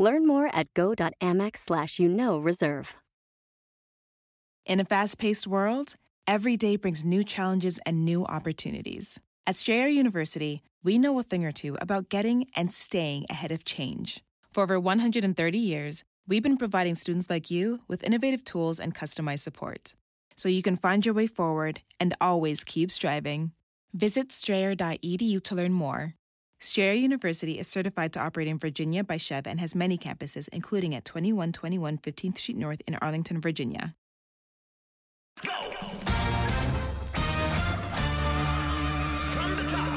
Learn more at go.amex slash you know reserve. In a fast paced world, every day brings new challenges and new opportunities. At Strayer University, we know a thing or two about getting and staying ahead of change. For over 130 years, we've been providing students like you with innovative tools and customized support so you can find your way forward and always keep striving. Visit strayer.edu to learn more. Strayer University is certified to operate in Virginia by Chev and has many campuses, including at 2121 15th Street North in Arlington, Virginia. Go! From the top.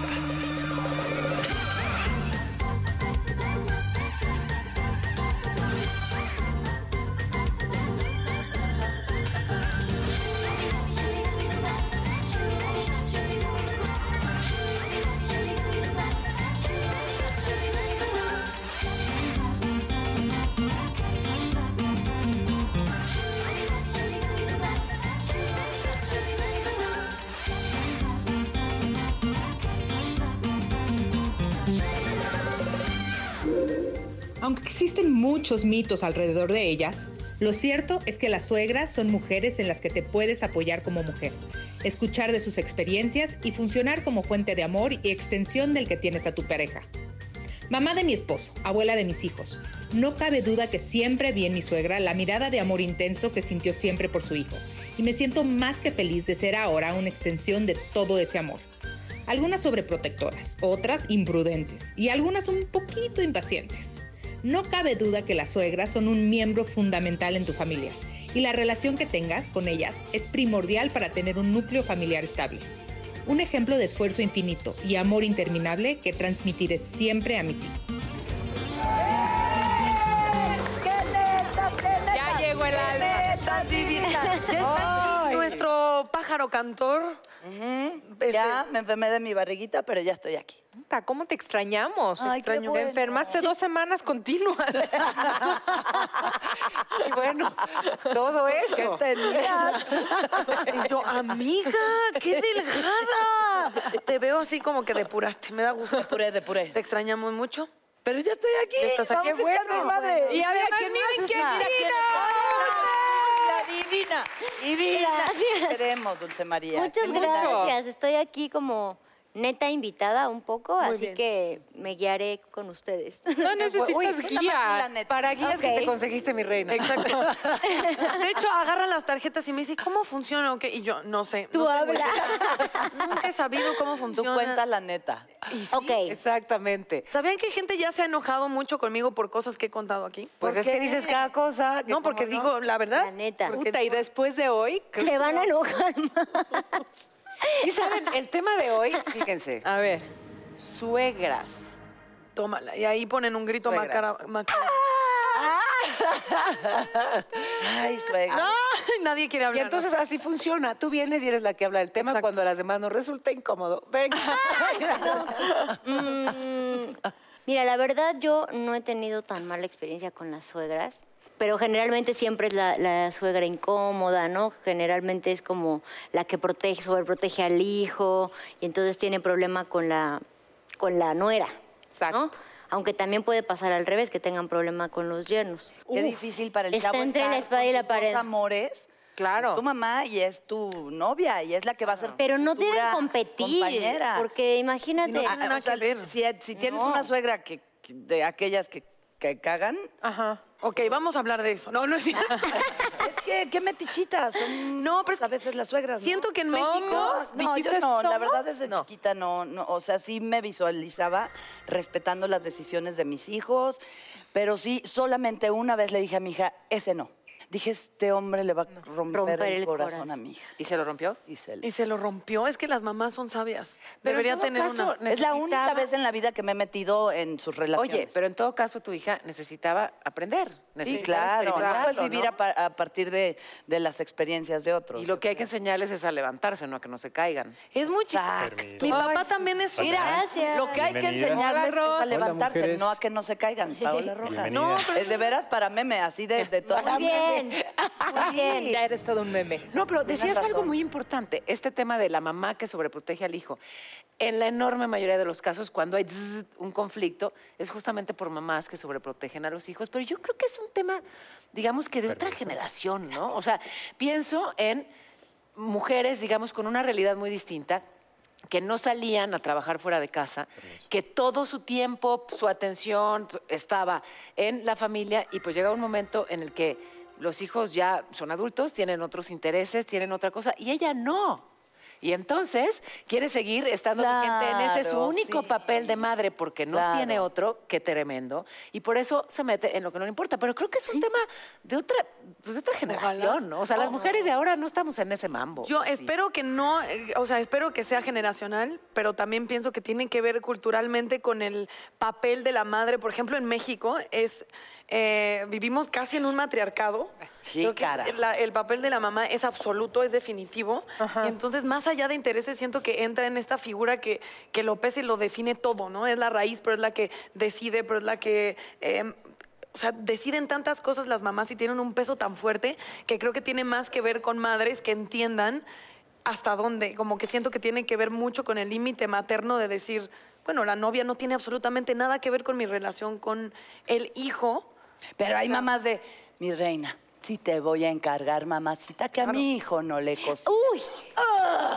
Aunque existen muchos mitos alrededor de ellas, lo cierto es que las suegras son mujeres en las que te puedes apoyar como mujer, escuchar de sus experiencias y funcionar como fuente de amor y extensión del que tienes a tu pareja. Mamá de mi esposo, abuela de mis hijos, no cabe duda que siempre vi en mi suegra la mirada de amor intenso que sintió siempre por su hijo, y me siento más que feliz de ser ahora una extensión de todo ese amor. Algunas sobreprotectoras, otras imprudentes y algunas un poquito impacientes. No cabe duda que las suegras son un miembro fundamental en tu familia y la relación que tengas con ellas es primordial para tener un núcleo familiar estable. Un ejemplo de esfuerzo infinito y amor interminable que transmitiré siempre a mis hijos. Ya llegó el alma. Ya está aquí Nuestro pájaro cantor. Este- Ya me enfermé de mi barriguita, pero ya estoy aquí. Puta, ¿Cómo te extrañamos? Ay, qué Extraño- Te bueno. enfermaste dos semanas continuas. y bueno, todo eso. ¿Qué tenías? Y yo, amiga, qué delgada. Te veo así como que depuraste. Me da gusto. Puré de puré. Te extrañamos mucho. Pero ya estoy aquí. Eh, Ya estás Vamos aquí, a echarle bueno. madre. Y Mira además, quién miren más quién está. vino. Mira quién está. La divina. Divina. Te Queremos, Dulce María. Muchas Mucho. gracias. Estoy aquí como neta invitada un poco, así que me guiaré con ustedes. No Uy, necesitas nada más la guía. neta. Para guías que te Ok. conseguiste, mi reina. Exacto. De hecho, agarra las tarjetas y me dice, ¿cómo funciona? o qué?" Y yo, no sé. Tú no tengo habla. idea. Nunca he sabido cómo Tú funciona. cuentas la neta. Y sí, ok. Exactamente. ¿Sabían que gente ya se ha enojado mucho conmigo por cosas que he contado aquí? Pues es que dices cada cosa. que No, porque como no. digo, la verdad. La neta. Puta, y después de hoy. Te van a enojar más. Y saben, el tema de hoy, fíjense, A ver, suegras. tómala. Y ahí ponen un grito más Suegras. cara. más cara- Ay, suegra. ¡No! Nadie quiere Ah. Y hablar. entonces así funciona. Tú vienes y eres la que habla del tema Exacto. cuando a las demás nos resulta incómodo. Venga. Mm, mira, la verdad yo no he tenido tan mala experiencia con las suegras, pero generalmente siempre es la, la suegra incómoda, ¿no? Generalmente es como la que protege, sobreprotege al hijo y entonces tiene problema con la, con la nuera, ¿no? Aunque también puede pasar al revés, que tengan problema con los yernos. Qué difícil para el Está chavo entre la estar espada y con la tus dos pared. amores. Claro. pues, Es tu mamá y es tu novia y es la que va a ser tu Pero no futura deben competir, compañera. porque imagínate... Ah, nada o sea, que ver. Si, si tienes No. una suegra que, que- de aquellas que, que cagan, Ah. Ajá. Ok, vamos a hablar de eso. No, no es cierto. es que qué metichitas son No, pero es a veces las suegras. ¿no? Siento que en México. No, no, yo dijiste, no, la "Somos". verdad desde No. chiquita no, no, o sea, sí me visualizaba respetando las decisiones de mis hijos, pero sí solamente una vez le dije a mi hija, ese no. Dije, este hombre le va a romper, Romper el, el corazón, corazón. a mi hija. ¿Y se lo rompió? Y se lo- Y se lo rompió. Es que las mamás son sabias. Pero en Debería todo tener caso, una. ne- Es la única necesitaba- vez en la vida que me he metido en sus relaciones. Oye, pero en todo caso tu hija necesitaba aprender. Sí, necesitaba claro, no puedes experimentarlo, vivir ¿no? pues, a, pa- a partir de, de las experiencias de otros. Y lo que hay que enseñarles es a levantarse, no a que no se caigan. Es muy chica. Permiso. Mi papá Ay, también es Hola. Mira, Gracias. lo que hay que Bienvenida. enseñarles Hola, Ro. es a levantarse, mujeres. no a que no se caigan. Paola Rojas. Bienvenida. No, Eh, de veras para meme, así de, de toda Muy bien. Muy bien. Ya eres todo un meme. No, pero decías algo razón. muy importante, este tema de la mamá que sobreprotege al hijo. En la enorme mayoría de los casos, cuando hay zzz, un conflicto, es justamente por mamás que sobreprotegen a los hijos, pero yo creo que es un tema, digamos que de otra generación, ¿no? O sea, pienso en mujeres, digamos, con una realidad muy distinta, que no salían a trabajar fuera de casa, que todo su tiempo, su atención t- estaba en la familia y pues llega un momento en el que los hijos ya son adultos, tienen otros intereses, tienen otra cosa y ella no. Y entonces quiere seguir estando vigente en ese su Claro, único sí. papel de madre porque no Claro. tiene otro, que tremendo, y por eso se mete en lo que no le importa, pero creo que es un tema de otra pues, de otra generación, ¿no? O sea, las mujeres de ahora no estamos en ese mambo. Yo Sí. espero que no, eh, o sea, espero que sea generacional, pero también pienso que tiene que ver culturalmente con el papel de la madre. Por ejemplo, en México es eh, vivimos casi en un matriarcado. Sí, Creo que es- cara. la- el papel de la mamá es absoluto, es definitivo. Y entonces, más allá de intereses, siento que entra en esta figura que, que lo pesa y lo define todo, ¿no? Es la raíz, pero es la que decide, pero es la que. eh, o sea, deciden tantas cosas las mamás y tienen un peso tan fuerte que creo que tiene más que ver con madres que entiendan hasta dónde. Como que siento que tiene que ver mucho con el límite materno de decir, bueno, la novia no tiene absolutamente nada que ver con mi relación con el hijo. Pero hay mamás de, mi reina, sí te voy a encargar, mamacita, que a mi hijo no le Ah, costó. Uy,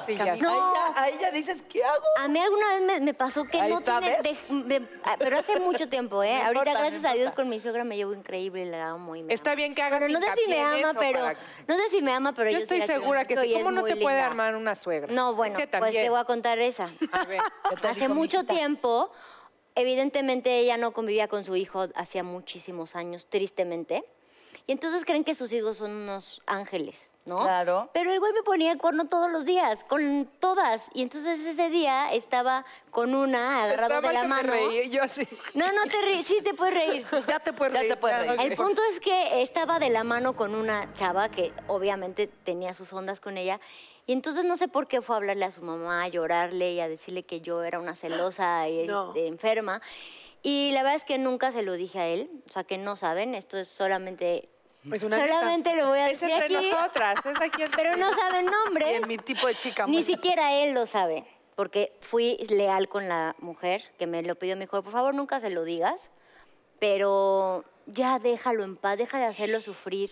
Sí, ya. no. Ahí ya dices, ¿qué hago? A mí alguna vez me, me pasó que Ahí no está, tiene... ¿ves? de- de- ah, pero hace mucho tiempo, ¿eh? No Ahorita, importa, no gracias a Dios, importa. con mi suegra me llevo increíble, la amo y me Está ama. bien que hagas Bueno, no sé si hincapié me en ama, eso pero... para- No sé si me ama, pero yo, Yo estoy sí la quiero segura que mucho sí. y es ¿Cómo no muy te puede linda. armar una suegra? No, bueno, Es que pues te también. voy a contar esa. A ver. ¿Qué te Hace dijo, mucho mijita? tiempo, evidentemente ella no convivía con su hijo hacía muchísimos años, tristemente. Y entonces creen que sus hijos son unos ángeles, ¿no? Claro. Pero el güey me ponía el cuerno todos los días, con todas. Y entonces ese día estaba con una agarrado Estaba de la que me mano. reí, yo así. No, no te ríes, sí te puedes reír. Ya te puedes Ya te puedes reír. El punto es que estaba de la mano con una chava que obviamente tenía sus ondas con ella. Y entonces no sé por qué fue a hablarle a su mamá, a llorarle y a decirle que yo era una celosa y No. este, enferma. Y la verdad es que nunca se lo dije a él. O sea, que no saben, esto es solamente... Es Pues una solamente lo voy a Es decir entre aquí, nosotras, es aquí entre pero no saben Y nombres. en mi tipo de chica. Ni bueno. siquiera él lo sabe, porque fui leal con la mujer que me lo pidió. Me dijo, por favor, nunca se lo digas, pero ya déjalo en paz, deja de hacerlo sufrir.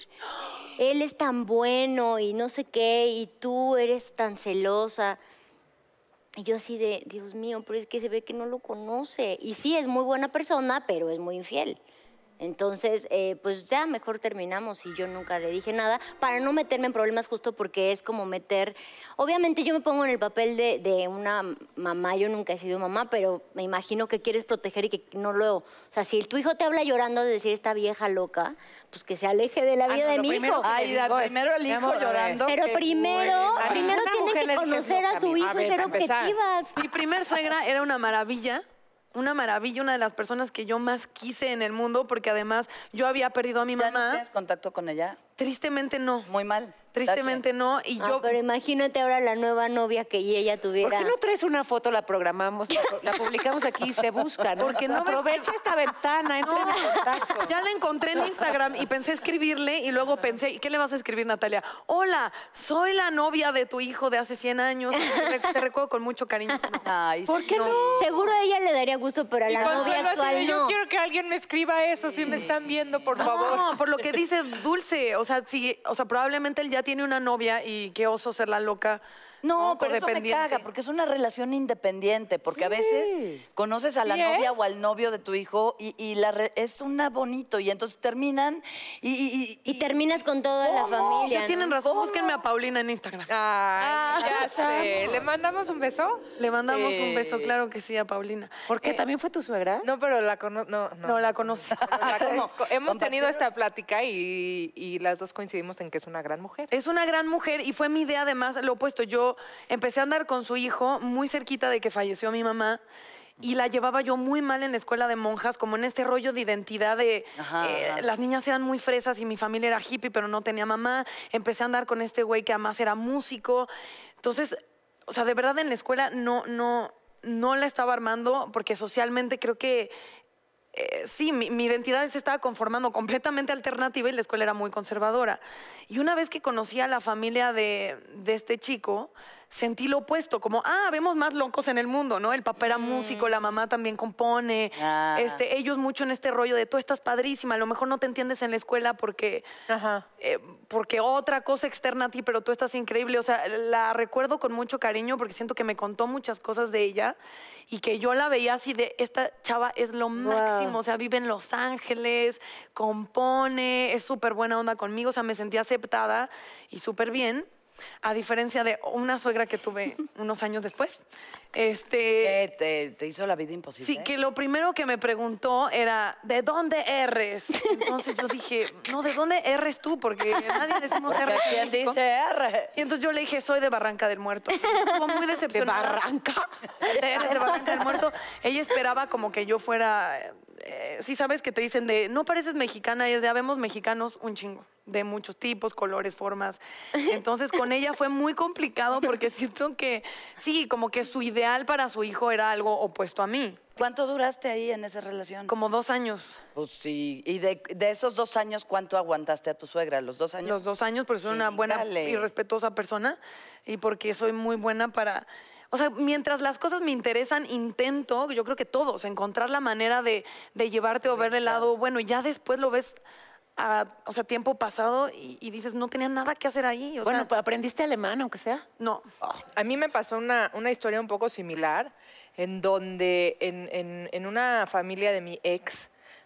Él es tan bueno y no sé qué, y tú eres tan celosa. Y yo así de, Dios mío, pero es que se ve que no lo conoce. Y sí, es muy buena persona, pero es muy infiel. Entonces, eh, pues ya mejor terminamos y yo nunca le dije nada para no meterme en problemas justo porque es como meter... Obviamente yo me pongo en el papel de, de una mamá, yo nunca he sido mamá, pero me imagino que quieres proteger y que no lo... O sea, si tu hijo te habla llorando de decir esta vieja loca, pues que se aleje Ah, de la vida no, de lo mi primero hijo. que Ay, te da- digo es, primero el mi hijo amor, a ver, llorando. Pero qué primero, buena. primero Una tienen mujer que le dices conocer loca, a su mi- a hijo y ver, ser para empezar. objetivas. Mi primer suegra era una maravilla, una maravilla, una de las personas que yo más quise en el mundo, porque además yo había perdido a mi ¿Ya no mamá. tienes contacto con ella? Tristemente no, Muy mal. tristemente no. Y Ah, yo, pero imagínate ahora la nueva novia que y ella tuviera. ¿Por qué no traes una foto, la programamos, la, la publicamos aquí y se busca, ¿no? Porque no ves- Aprovecha esta ventana, entra en contacto. ya la encontré en Instagram y pensé escribirle y luego pensé, ¿y qué le vas a escribir, Natalia? Hola, soy la novia de tu hijo de hace 100 años, te, te recuerdo con mucho cariño. No. Ay, ¿Por qué no? Seguro a ella le daría gusto, pero a Y la novia Consuelo así de, actual yo no. quiero que alguien me escriba eso, si me están viendo, por favor. No, por lo que dice Dulce, o sea, sí, o sea, probablemente él ya tiene una novia y qué oso ser la loca No, ¿no? pero eso me Codependiente. caga, porque es una relación independiente, porque a veces conoces a la Sí novia es. o al novio de tu hijo y, y la re- es una bonito y entonces terminan y... y- y- Y terminas con toda Oh. la familia. Ya tienen ¿no? razón, búsquenme a Paulina en Instagram. Ay, ya sé. ¿Le mandamos un beso? Le mandamos un beso, Sí. claro que sí, a Paulina. ¿Por qué? ¿También fue tu suegra? Eh, No, pero la conozco. No, no, No la conoce. pero la conozco. Hemos tenido Compartieron- esta plática y, y las dos coincidimos en que es una gran mujer. Es una gran mujer y fue mi idea además lo opuesto. Yo empecé a andar con su hijo muy cerquita de que falleció mi mamá y la llevaba yo muy mal en la escuela de monjas, como en este rollo de identidad de Ajá, eh, ajá. las niñas eran muy fresas y mi familia era hippie pero no tenía mamá. Empecé a andar con este güey que además era músico. Entonces, o sea, de verdad en la escuela no, no, no la estaba armando porque socialmente creo que... eh, sí, mi, mi identidad se estaba conformando completamente alternativa y la escuela era muy conservadora. Y una vez que conocí a la familia de, de este chico, sentí lo opuesto, como, ah, vemos más locos en el mundo, ¿no? El papá era músico, la mamá también compone, Ah. este, ellos mucho en este rollo de tú estás padrísima, a lo mejor no te entiendes en la escuela porque, Ajá. eh, porque otra cosa externa a ti, pero tú estás increíble. O sea, la recuerdo con mucho cariño porque siento que me contó muchas cosas de ella y que yo la veía así de, esta chava es lo máximo, o sea, vive en Los Ángeles, compone, es súper buena onda conmigo, o sea, me sentí aceptada y súper bien. A diferencia de una suegra que tuve unos años después, este, Eh, te, te hizo la vida imposible. Sí, que lo primero que me preguntó era, ¿de dónde eres? Entonces yo dije, no, ¿de dónde eres tú? Porque nadie decimos Porque R. ¿Quién en México. dice R? Y entonces yo le dije, soy de Barranca del Muerto. Estuvo muy decepcionada. ¿De Barranca? Eres de Barranca del Muerto. Ella esperaba como que yo fuera... eh, sí sabes que te dicen de, no pareces mexicana, y es de, habemos mexicanos un chingo, de muchos tipos, colores, formas. Entonces con ella fue muy complicado porque siento que, sí, como que su ideal para su hijo era algo opuesto a mí. ¿Cuánto duraste ahí en esa relación? Como dos años. Pues sí. ¿Y de, de esos dos años cuánto aguantaste a tu suegra? ¿Los dos años? Los dos años, porque soy una buena Chingale. y respetuosa persona y porque soy muy buena para... O sea, mientras las cosas me interesan, intento, yo creo que todos, encontrar la manera de, de llevarte o ver el lado bueno. Y ya después lo ves, a, o sea, tiempo pasado y, y dices, no tenía nada que hacer ahí. O bueno, sea, pues, ¿aprendiste alemán, aunque sea? no. A mí me pasó una, una historia un poco similar, en donde en, en- en una familia de mi ex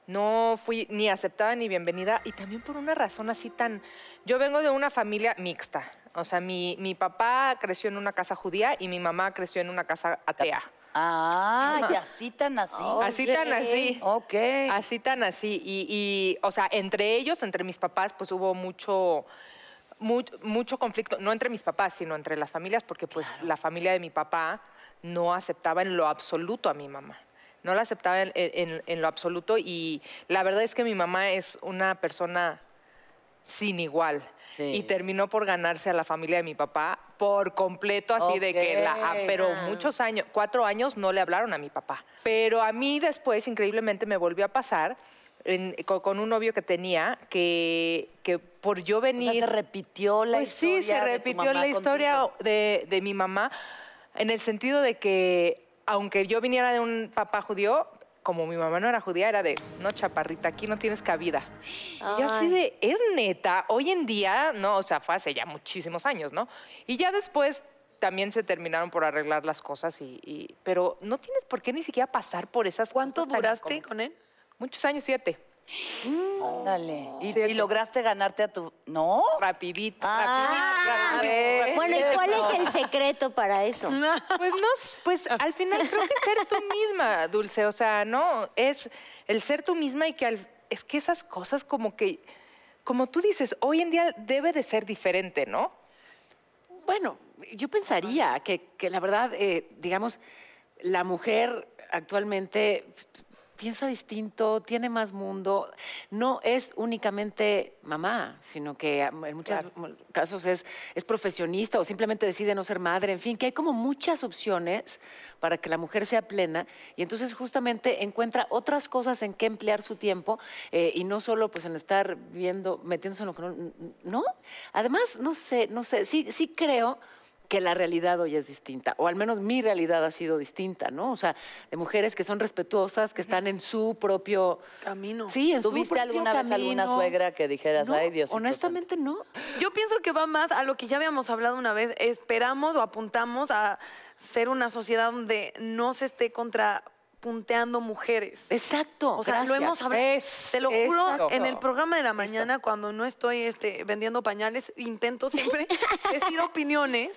no fui ni aceptada ni bienvenida, y también por una razón así tan... Yo vengo de una familia mixta, o sea, mi, mi papá creció en una casa judía y mi mamá creció en una casa atea. Ah, y así tan así. Oh, Así tan Ah, así. Oh, Ok. Así tan así. Y, y, o sea, entre ellos, entre mis papás, pues hubo mucho, mu- mucho conflicto, no entre mis papás, sino entre las familias, porque pues la familia de mi papá no aceptaba en lo absoluto a mi mamá. No la aceptaba en, en- en lo absoluto y la verdad es que mi mamá es una persona sin igual. Sí. Y terminó por ganarse a la familia de mi papá por completo, así de que la... ah, Pero Ah. muchos años, cuatro años no le hablaron a mi papá. Pero a mí después, increíblemente, me volvió a pasar en- con, con un novio que tenía que, que por yo O venir... sea, se repitió la Pues historia. sí, se de tu repitió mamá la historia contigo. de, de mi mamá en el sentido de que, aunque yo viniera de un papá judío, como mi mamá no era judía, era de, no, chaparrita, aquí no tienes cabida. Y yo así Ay. de, es neta, hoy en día, no, o sea, fue hace ya muchísimos años, ¿no? Y ya después también se terminaron por arreglar las cosas y, y- pero no tienes por qué ni siquiera pasar por esas ¿Cuánto cosas tan duraste incómodas. con él? Muchos años, siete. Ándale. ¿Y, Sí, y sí. lograste ganarte a tu. No. Rapidito, Ah, rapidito, rapidito, ve. rapidito. Bueno, ¿y cuál es el secreto para eso? Pues no, s- pues al final creo que ser tú misma, Dulce, o sea, no, es el ser tú misma y que al- es que esas cosas como que, como tú dices, hoy en día debe de ser diferente, ¿no? Bueno, yo pensaría que, que la verdad, eh, digamos, la mujer actualmente piensa distinto, tiene más mundo, no es únicamente mamá, sino que ah, en muchos casos es, es profesionista o simplemente decide no ser madre, en fin, que hay como muchas opciones para que la mujer sea plena y entonces justamente encuentra otras cosas en qué emplear su tiempo eh, y no solo pues en estar viendo, metiéndose en lo que no, no. Además, no sé, no sé, sí, sí creo que la realidad hoy es distinta, o al menos mi realidad ha sido distinta, ¿no? O sea, de mujeres que son respetuosas, que están en su propio Camino. Sí, en su ¿Tuviste propio alguna vez alguna camino. suegra que dijeras, No, ay Dios? honestamente no. Yo pienso que va más a lo que ya habíamos hablado una vez. Esperamos o apuntamos a ser una sociedad donde no se esté contrapunteando mujeres. Exacto. O sea, lo gracias. hemos hablado. Es- te lo es juro, eso. en el programa de la mañana, cuando no estoy este, vendiendo pañales, intento siempre decir opiniones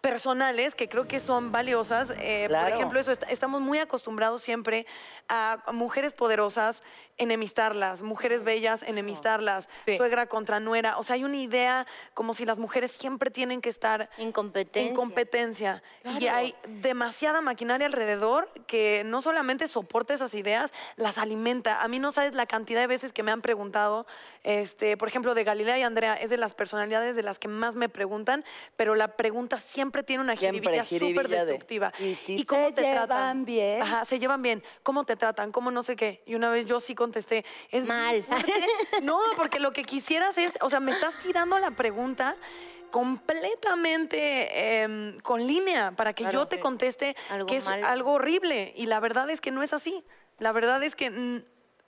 personales que creo que son valiosas. Eh, Por Claro. ejemplo, eso, est- estamos muy acostumbrados siempre a mujeres poderosas enemistarlas, mujeres bellas enemistarlas, Sí. suegra contra nuera. O sea, hay una idea como si las mujeres siempre tienen que estar Incompetencia. en competencia. Y hay demasiada maquinaria alrededor que no solamente soporta esas ideas, las alimenta. A mí no sabes la cantidad de veces que me han preguntado, este, por ejemplo, de Galilea y Andrea, es de las personalidades de las que más me preguntan, pero la pregunta siempre tiene una Siempre, jiribilla jiribilla súper de, destructiva. "¿Y si te llevan bien?" Ajá, se llevan bien. ¿Cómo te tratan? ¿Cómo no sé qué? Y una vez yo sí contesté, es muy Mal. fuerte. No, porque lo que quisieras es, o sea, me estás tirando la pregunta completamente em, con línea para que yo te conteste Algo que es malo. algo horrible. Y la verdad es que no es así. La verdad es que mm,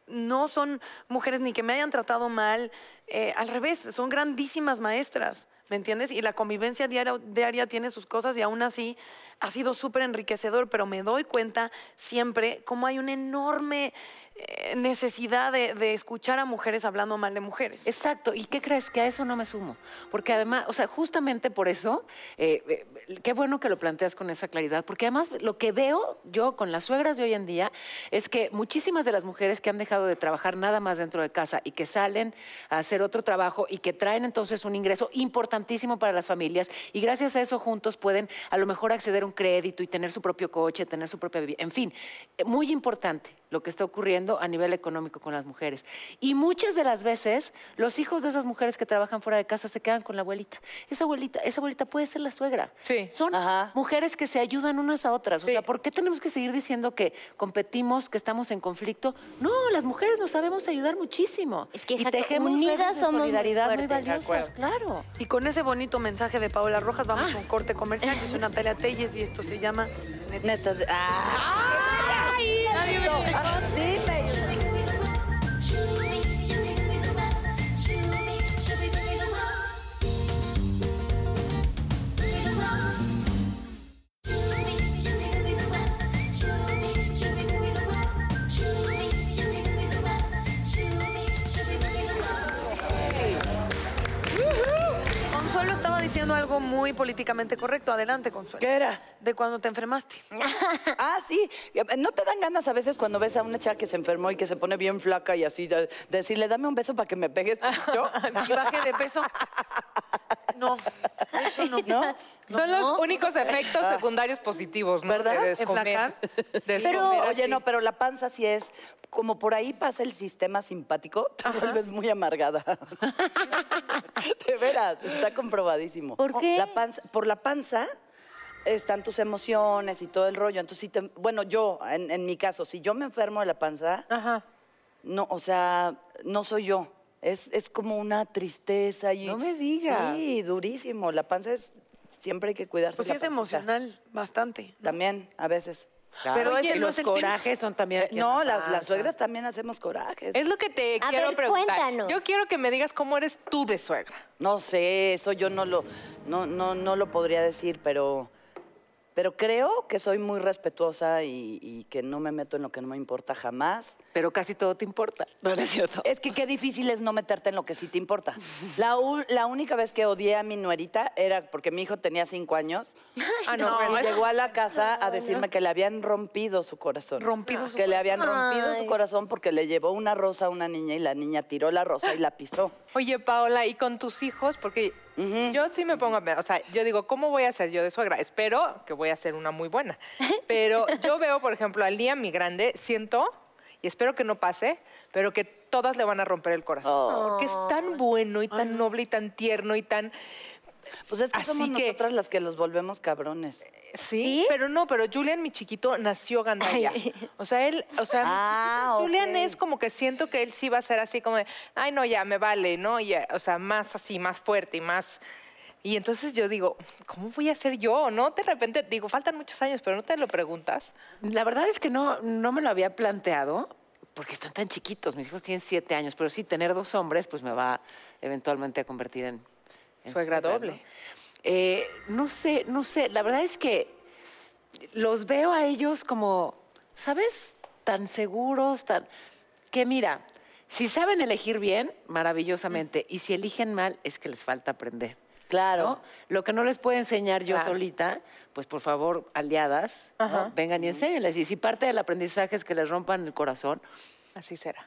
no son mujeres ni que me hayan tratado mal. eh, al revés, son grandísimas maestras. ¿Me entiendes? Y la convivencia diaria, diaria tiene sus cosas y aún así ha sido súper enriquecedor, pero me doy cuenta siempre cómo hay una enorme eh, necesidad de, de escuchar a mujeres hablando mal de mujeres. Exacto, ¿y qué crees? Que a eso no me sumo. Porque además, o sea, justamente por eso, eh, eh, qué bueno que lo planteas con esa claridad, porque además lo que veo yo con las suegras de hoy en día es que muchísimas de las mujeres que han dejado de trabajar nada más dentro de casa y que salen a hacer otro trabajo y que traen entonces un ingreso importantísimo para las familias y gracias a eso juntos pueden a lo mejor acceder a un crédito y tener su propio coche, tener su propia vivienda, en fin, eh, muy importante lo que está ocurriendo a nivel económico con las mujeres. Y muchas de las veces los hijos de esas mujeres que trabajan fuera de casa se quedan con la abuelita. Esa abuelita, esa abuelita puede ser la suegra. Sí. Son Ajá. mujeres que se ayudan unas a otras. O Sí. sea, ¿por qué tenemos que seguir diciendo que competimos, que estamos en conflicto? No, las mujeres nos sabemos ayudar muchísimo. Es que y exacto, tejemos unidas redes de somos muy solidaridad muy, fuertes. De valiosas, acuerdo. claro. Y con ese bonito mensaje de Paola Rojas vamos a un corte comercial. Yo soy Natalia Telles y esto se llama... Neta. Neta. de- ¡Ah! Nadie me- Ah, dime. Consuelo estaba diciendo algo muy políticamente correcto. Adelante, Consuelo. ¿Qué era? De cuando te enfermaste. Ah, sí. ¿No te dan ganas a veces cuando ves a una chica que se enfermó y que se pone bien flaca y así, de- decirle, dame un beso para que me pegues? Yo, Y bajé de peso. No, de hecho no. ¿no? Son los únicos efectos secundarios positivos, ¿no? Ah. ¿Verdad? De descomer. Enflacar. descomer Pero, así. oye, no, pero la panza sí es. Como por ahí pasa el sistema simpático, te vuelves muy amargada. De veras, está comprobadísimo. ¿Por qué? La panza, por la panza están tus emociones y todo el rollo. Entonces, sí te- bueno, yo, en, en mi caso, si yo me enfermo de la panza, Ajá. No, o sea, no soy yo. Es, es como una tristeza y. No me digas. Sí, durísimo. La panza es. Siempre hay que cuidarse. Pues sí la es pancita. emocional, bastante. ¿no? También, a veces. Pero Oye, ese no los es el corajes son también... Eh, no, las, las pasa. suegras también hacemos corajes. Es lo que te A quiero ver, preguntar. cuéntanos. Yo quiero que me digas cómo eres tú de suegra. No sé, eso yo no lo, no, no, no lo podría decir, pero, pero creo que soy muy respetuosa y, y que no me meto en lo que no me importa jamás. Pero casi todo te importa. No, no es cierto. Es que qué difícil es no meterte en lo que sí te importa. La, u- la única vez que odié a mi nuerita era porque mi hijo tenía cinco años Ah, no. Y llegó a la casa a decirme que le habían rompido su corazón. Rompido su Que le habían rompido Ay. su corazón porque le llevó una rosa a una niña y la niña tiró la rosa y la pisó. Oye, Paola, ¿y con tus hijos? Porque Mm. Ujú. yo sí me pongo, a pe- o sea, yo digo, ¿cómo voy a ser yo de suegra? Espero que voy a ser una muy buena. Pero yo veo, por ejemplo, al día mi grande, siento, y espero que no pase, pero que todas le van a romper el corazón. Oh. Porque es tan bueno y tan noble y tan tierno y tan... Pues es que Así somos que- nosotras las que los volvemos cabrones. Sí, ¿Sí? pero no, pero Julian, mi chiquito, nació Gandaya. Ay. O sea, él, o sea, mi Ah, chiquito, Julian ok. es como que siento que él sí va a ser así como de, ay, no, ya me vale, ¿no? Y, eh, o sea, más así, más fuerte y más. Y entonces yo digo, ¿cómo voy a ser yo? ¿No? De repente, digo, faltan muchos años, pero no te lo preguntas. La verdad es que no, no me lo había planteado porque están tan chiquitos. Mis hijos tienen siete años, pero sí tener dos hombres, pues me va eventualmente a convertir en, en Suegra ¿no? doble. Eh, no sé, no sé. La verdad es que los veo a ellos como, ¿sabes? Tan seguros, tan. Que mira, si saben elegir bien, maravillosamente. Y si eligen mal, es que les falta aprender. Claro. ¿no? Lo que no les puedo enseñar yo Claro. solita, pues por favor, aliadas, ¿no? Ajá. vengan y enséñenles. Y si parte del aprendizaje es que les rompan el corazón, Así será.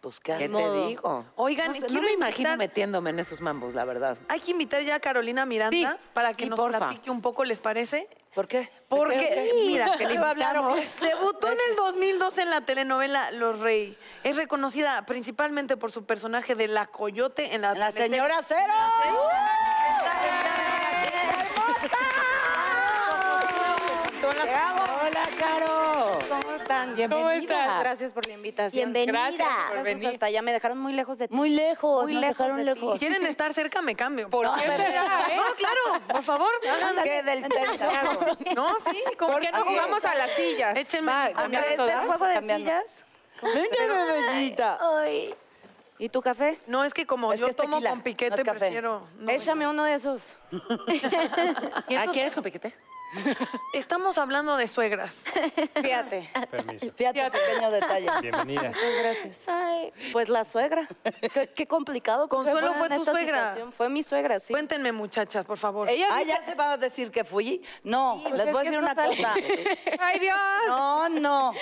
Pues qué ¿qué haces? te digo? Oigan, no, sé, no quiero me imagino invitar- metiéndome en esos mambos, la verdad. Hay que invitar ya a Carolina Miranda Sí, para que sí, nos porfa. platique un poco, ¿les parece? ¿Por qué? Porque, mira, que le iba a hablar, invitamos. Debutó en el 2002 en la telenovela Los Rey. Es reconocida principalmente por su personaje de La Coyote en la, La teleserie- señora Cero. Hola, Caro. ¿Cómo están? ¿Cómo Bienvenidas. estás? Gracias por la invitación. Bienvenida. Gracias por Besos venir. Hasta allá me dejaron muy lejos de ti. Muy lejos, Muy nos lejos dejaron de ti. lejos. ¿Quieren estar cerca? Me cambio. ¿Por qué será, eh? No, claro, por favor. Que del techo. No, sí, como ¿Por qué no jugamos a las sillas? Échenme. Amiga, ¿este es juego de sillas? Ay, ¿Y tu café? No, es que como Es yo que es tomo tequila, con piquete, no es café. prefiero... no, Échame uno de esos. Y ¿Ah, entonces, quieres con piquete? Estamos hablando de suegras. Fíjate. Permiso. Fíjate, pequeño detalle. Bienvenida. Gracias. ay. Pues la suegra. Qué, qué complicado. que fuera Consuelo, ¿fue en tu esta suegra? situación. Fue mi suegra, sí. Cuéntenme, muchachas, por favor. Ella Ah, dice- ya se va a decir que fui. No, pues les es voy a que decir una esto cosa. ¡Ay, Dios! No, no.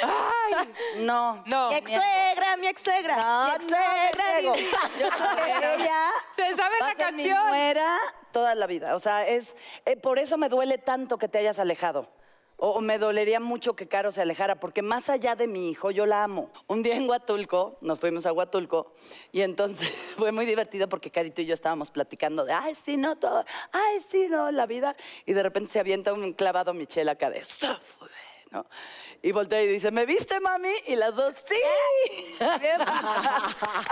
No. No. Mi ex suegra, mi ex suegra. No, mi no, ex suegra. Diego. Yo creo que ella Se sabe va la a ser mi canción. nuera toda la vida. O sea, es eh, por eso me duele tanto que te hayas alejado. O, o me dolería mucho que Caro se alejara, porque más allá de mi hijo, yo la amo. Un día en Huatulco, nos fuimos a Huatulco, y entonces fue muy divertido porque Carito y yo estábamos platicando de, ay, sí, no, todo, ay, sí, no, la vida. Y de repente se avienta un clavado Michelle acá de, "Se fue", ¿no? Y voltea y dice, ¿me viste, mami? Y las dos, sí.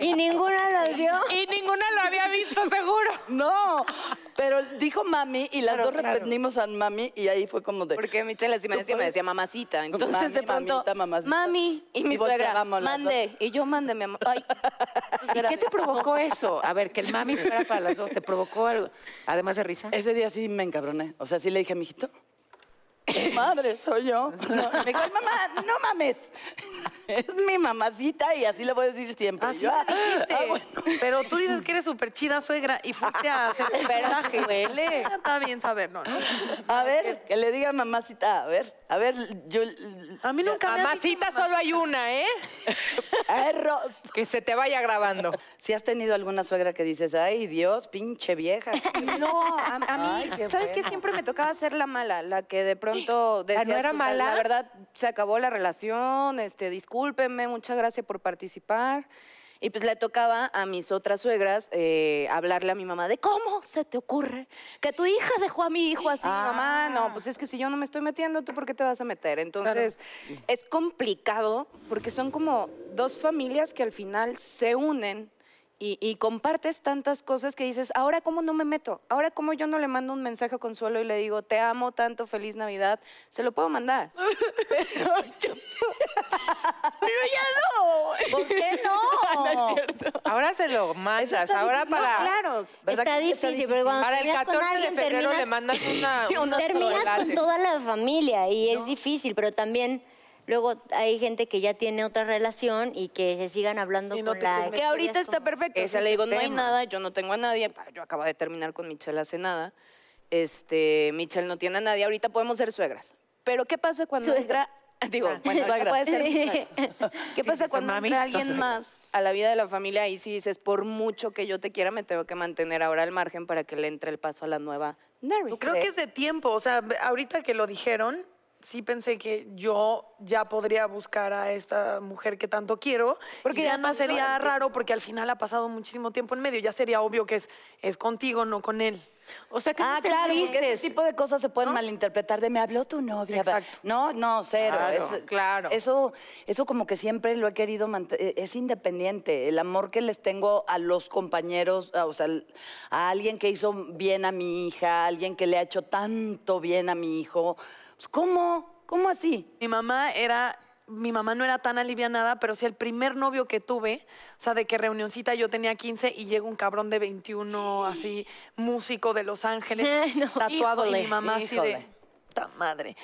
Y ninguna lo vio. Y ninguna lo había visto, seguro. No, pero dijo mami y las Claro, dos claro. repetimos a mami y ahí fue como de... Porque Michelle así me decía, me decía mamacita. Entonces Mami, de pronto, mamita, mamacita. mami, y mi Y suegra, volteábamos las mande. Y yo mande, mi amor. Ay. ¿Y qué te provocó eso? A ver, que el mami fuera para las dos, ¿te provocó algo? Además de risa. Ese día sí me encabroné. O sea, sí le dije, mijito, madre, soy yo. No, me dijo, "Ay, mamá, no mames. Es mi mamacita y así le voy a decir siempre. Así Yo, lo "Ah, dijiste. ah, bueno". Pero tú dices que eres súper chida suegra y fuiste a hacer un personaje. Huele. Está bien saberlo, ¿no? A ver, que le diga mamacita, a ver, a ver, yo... A mí nunca me han dicho Mamacita solo hay una, ¿eh? Perros. Que se te vaya grabando. Si has tenido alguna suegra que dices, ay, Dios, pinche vieja. No, a, a mí, Ay, qué ¿sabes qué? bueno. Siempre me tocaba ser la mala, la que de pronto decía, Ah, "Pues, era mala? La, verdad, se acabó la relación, este, discúlpenme, muchas gracias por participar. Y pues le tocaba a mis otras suegras eh, hablarle a mi mamá de cómo se te ocurre que tu hija dejó a mi hijo así. Mamá, Ah. no, pues es que si yo no me estoy metiendo, ¿tú por qué te vas a meter? Entonces, es complicado porque son como dos familias que al final se unen y, y compartes tantas cosas que dices, ahora cómo no me meto, ahora cómo yo no le mando un mensaje a Consuelo y le digo, te amo tanto, feliz Navidad, se lo puedo mandar. Pero, yo- Pero ya no. ¿Por qué no? Ahora se lo mandas. Ahora No, para, claro. Está ¿Verdad que sí está difícil, pero cuando para el terminas con 14 de alguien, febrero le terminas, mandas una, una Ah, terminas con trollate. toda la familia y es difícil, pero también luego hay gente que ya tiene otra relación y que se sigan hablando Y no con te la... convences. Que ahorita está perfecto. O Ese sea, es le el digo, no hay tema. nada, yo no tengo a nadie. pa, Yo acabo de terminar con Michelle hace nada. Este, Michelle no tiene a nadie. Ahorita podemos ser suegras. Pero ¿qué pasa cuando Suegra. entra? Digo, bueno, ahorita Suegra. puede ser mi suegra. ¿Qué Ah, Sí, pasa sí, cuando mami, entra son alguien suegras. más a la vida de la familia? Ahí sí dices, por mucho que yo te quiera, me tengo que mantener ahora al margen para que le entre el paso a la nueva Neri. Creo que es de tiempo. O sea, ahorita que lo dijeron, sí pensé que yo ya podría buscar a esta mujer que tanto quiero. Porque y ya ya no pasó sería el tiempo. raro porque al final ha pasado muchísimo tiempo en medio. Ya sería obvio que es, es contigo, no con él. O sea, que Ah, no te claro, porque tristes. ese tipo de cosas se pueden malinterpretar de me habló tu novia. Exacto. No, no, cero. Claro, es- claro. Eso, eso como que siempre lo he querido mantener, es independiente. El amor que les tengo a los compañeros, a, o sea, al- a alguien que hizo bien a mi hija, a alguien que le ha hecho tanto bien a mi hijo. Pues, ¿Cómo? ¿Cómo así? Mi mamá era, mi mamá no era tan alivianada, pero sí el primer novio que tuve, o sea, de que reunioncita yo tenía 15 y llega un cabrón de 21, así, músico de Los Ángeles, tatuado, y Híjole, mi mamá así híjole. de, "Ta madre.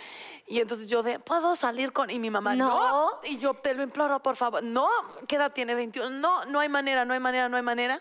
Y entonces yo de, ¿puedo salir con...? Y mi mamá, No. no. Y yo, te lo imploro, por favor. No, ¿qué edad tiene? 21. No, no hay manera, no hay manera, no hay manera.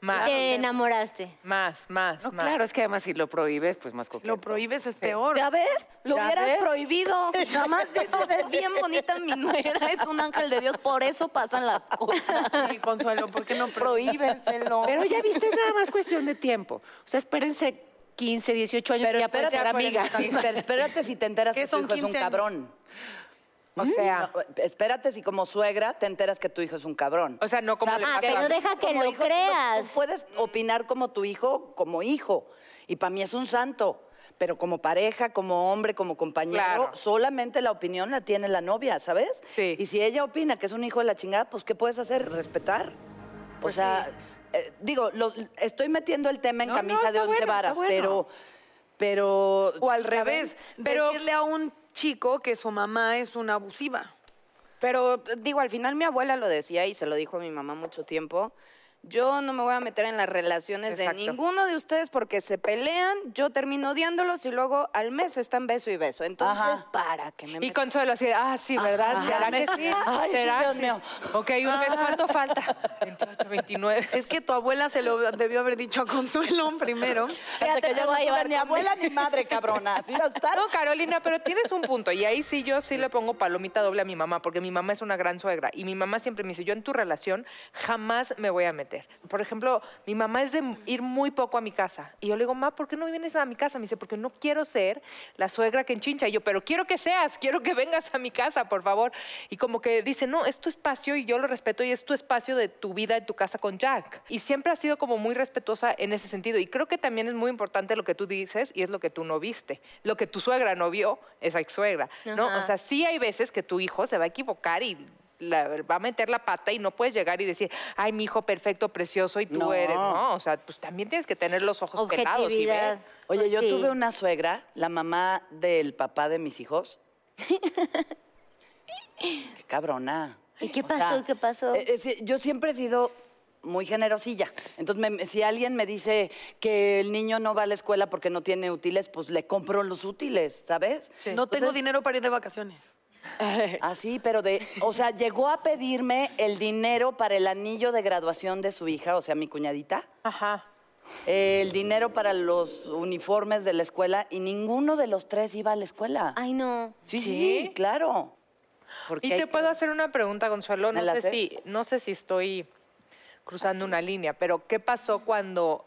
Más, Ah, Te enamoraste. más, más, No, más. claro, es que además si lo prohíbes, pues más coqueto. Lo prohíbes, es peor. ¿Ya ves? Lo ¿Ya hubieras ves? prohibido. Nada más dices, es bien bonita mi nuera, es un ángel de Dios, por eso pasan las cosas. Sí, Consuelo, ¿por qué no Prohíbenselo. Pero ya viste, es nada más cuestión de tiempo. O sea, espérense 15, 18 años Pero ya pueden espérate, ser amigas. Sí, pero espérate si te enteras ¿Qué que tu son hijo es un 15 años? cabrón. Mm, O sea, No, espérate si como suegra te enteras que tu hijo es un cabrón. O sea, no como le Ah, pasa que a- no deja que Como lo hijo, tú- creas. tú puedes opinar como tu hijo, como hijo. Y para mí es un santo. Pero como pareja, como hombre, como compañero, Claro. solamente la opinión la tiene la novia, ¿sabes? Sí. Y si ella opina que es un hijo de la chingada, pues ¿qué puedes hacer? ¿Respetar? Pues o sea, eh, digo, lo- estoy metiendo el tema en No, no, camisa de está once bueno, está varas, bueno. pero... Pero... O al ¿saben? revés, Pero- decirle a un chico que su mamá es una abusiva. Pero digo, al final mi abuela lo decía y se lo dijo a mi mamá mucho tiempo. Yo no me voy a meter en las relaciones Exacto. de ninguno de ustedes porque se pelean, yo termino odiándolos y luego al mes están beso y beso. Entonces, Ajá. para que me Y metan- Consuelo así, ah, sí, ¿verdad? Ajá. ¿Será que sí? Ay, sí, ¿Será Dios que sí? mío. Ok, un Ah. mes, ¿cuánto falta? 28, 29. Es que tu abuela se lo debió haber dicho a Consuelo primero. Fíjate que yo no tuve ni abuela ni madre, cabrona. Así va a estar. No, Carolina, pero tienes un punto. Y ahí sí yo sí le pongo palomita doble a mi mamá, porque mi mamá es una gran suegra. Y mi mamá siempre me dice, yo en tu relación jamás me voy a meter. Por ejemplo, mi mamá es de ir muy poco a mi casa. Y yo le digo, ma, ¿por qué no vienes a mi casa? Me dice, porque no quiero ser la suegra que enchincha. Y yo, pero quiero que seas, quiero que vengas a mi casa, por favor. Y como que dice, no, es tu espacio y yo lo respeto y es tu espacio de tu vida en tu casa con Jack. Y siempre ha sido como muy respetuosa en ese sentido. Y creo que también es muy importante lo que tú dices y es lo que tú no viste. Lo que tu suegra no vio, esa ex suegra. ¿no? Ajá. O sea, sí hay veces que tu hijo se va a equivocar y la- va a meter la pata y no puedes llegar y decir, ay, mi hijo perfecto, precioso y tú No. eres. No, o sea, pues también tienes que tener los ojos pelados y ver. Objetividad. Oye, yo Pues Sí. tuve una suegra, la mamá del papá de mis hijos. Qué cabrona. ¿Y qué O pasó? sea, ¿Qué pasó? eh, eh, sí, yo siempre he sido muy generosilla. Entonces, me- si alguien me dice que el niño no va a la escuela porque no tiene útiles, pues le compro los útiles, ¿sabes? No tengo Entonces, dinero para ir de vacaciones. Así, pero de, o sea, llegó a pedirme el dinero para el anillo de graduación de su hija, o sea, mi cuñadita. Ajá. el dinero para los uniformes de la escuela y ninguno de los tres iba a la escuela. Ay, no. sí, sí, claro. Porque Y hay te que- puedo hacer una pregunta, Consuelo. ¿Me No la sé, haces? si, no sé si estoy cruzando una línea, pero ¿qué pasó cuando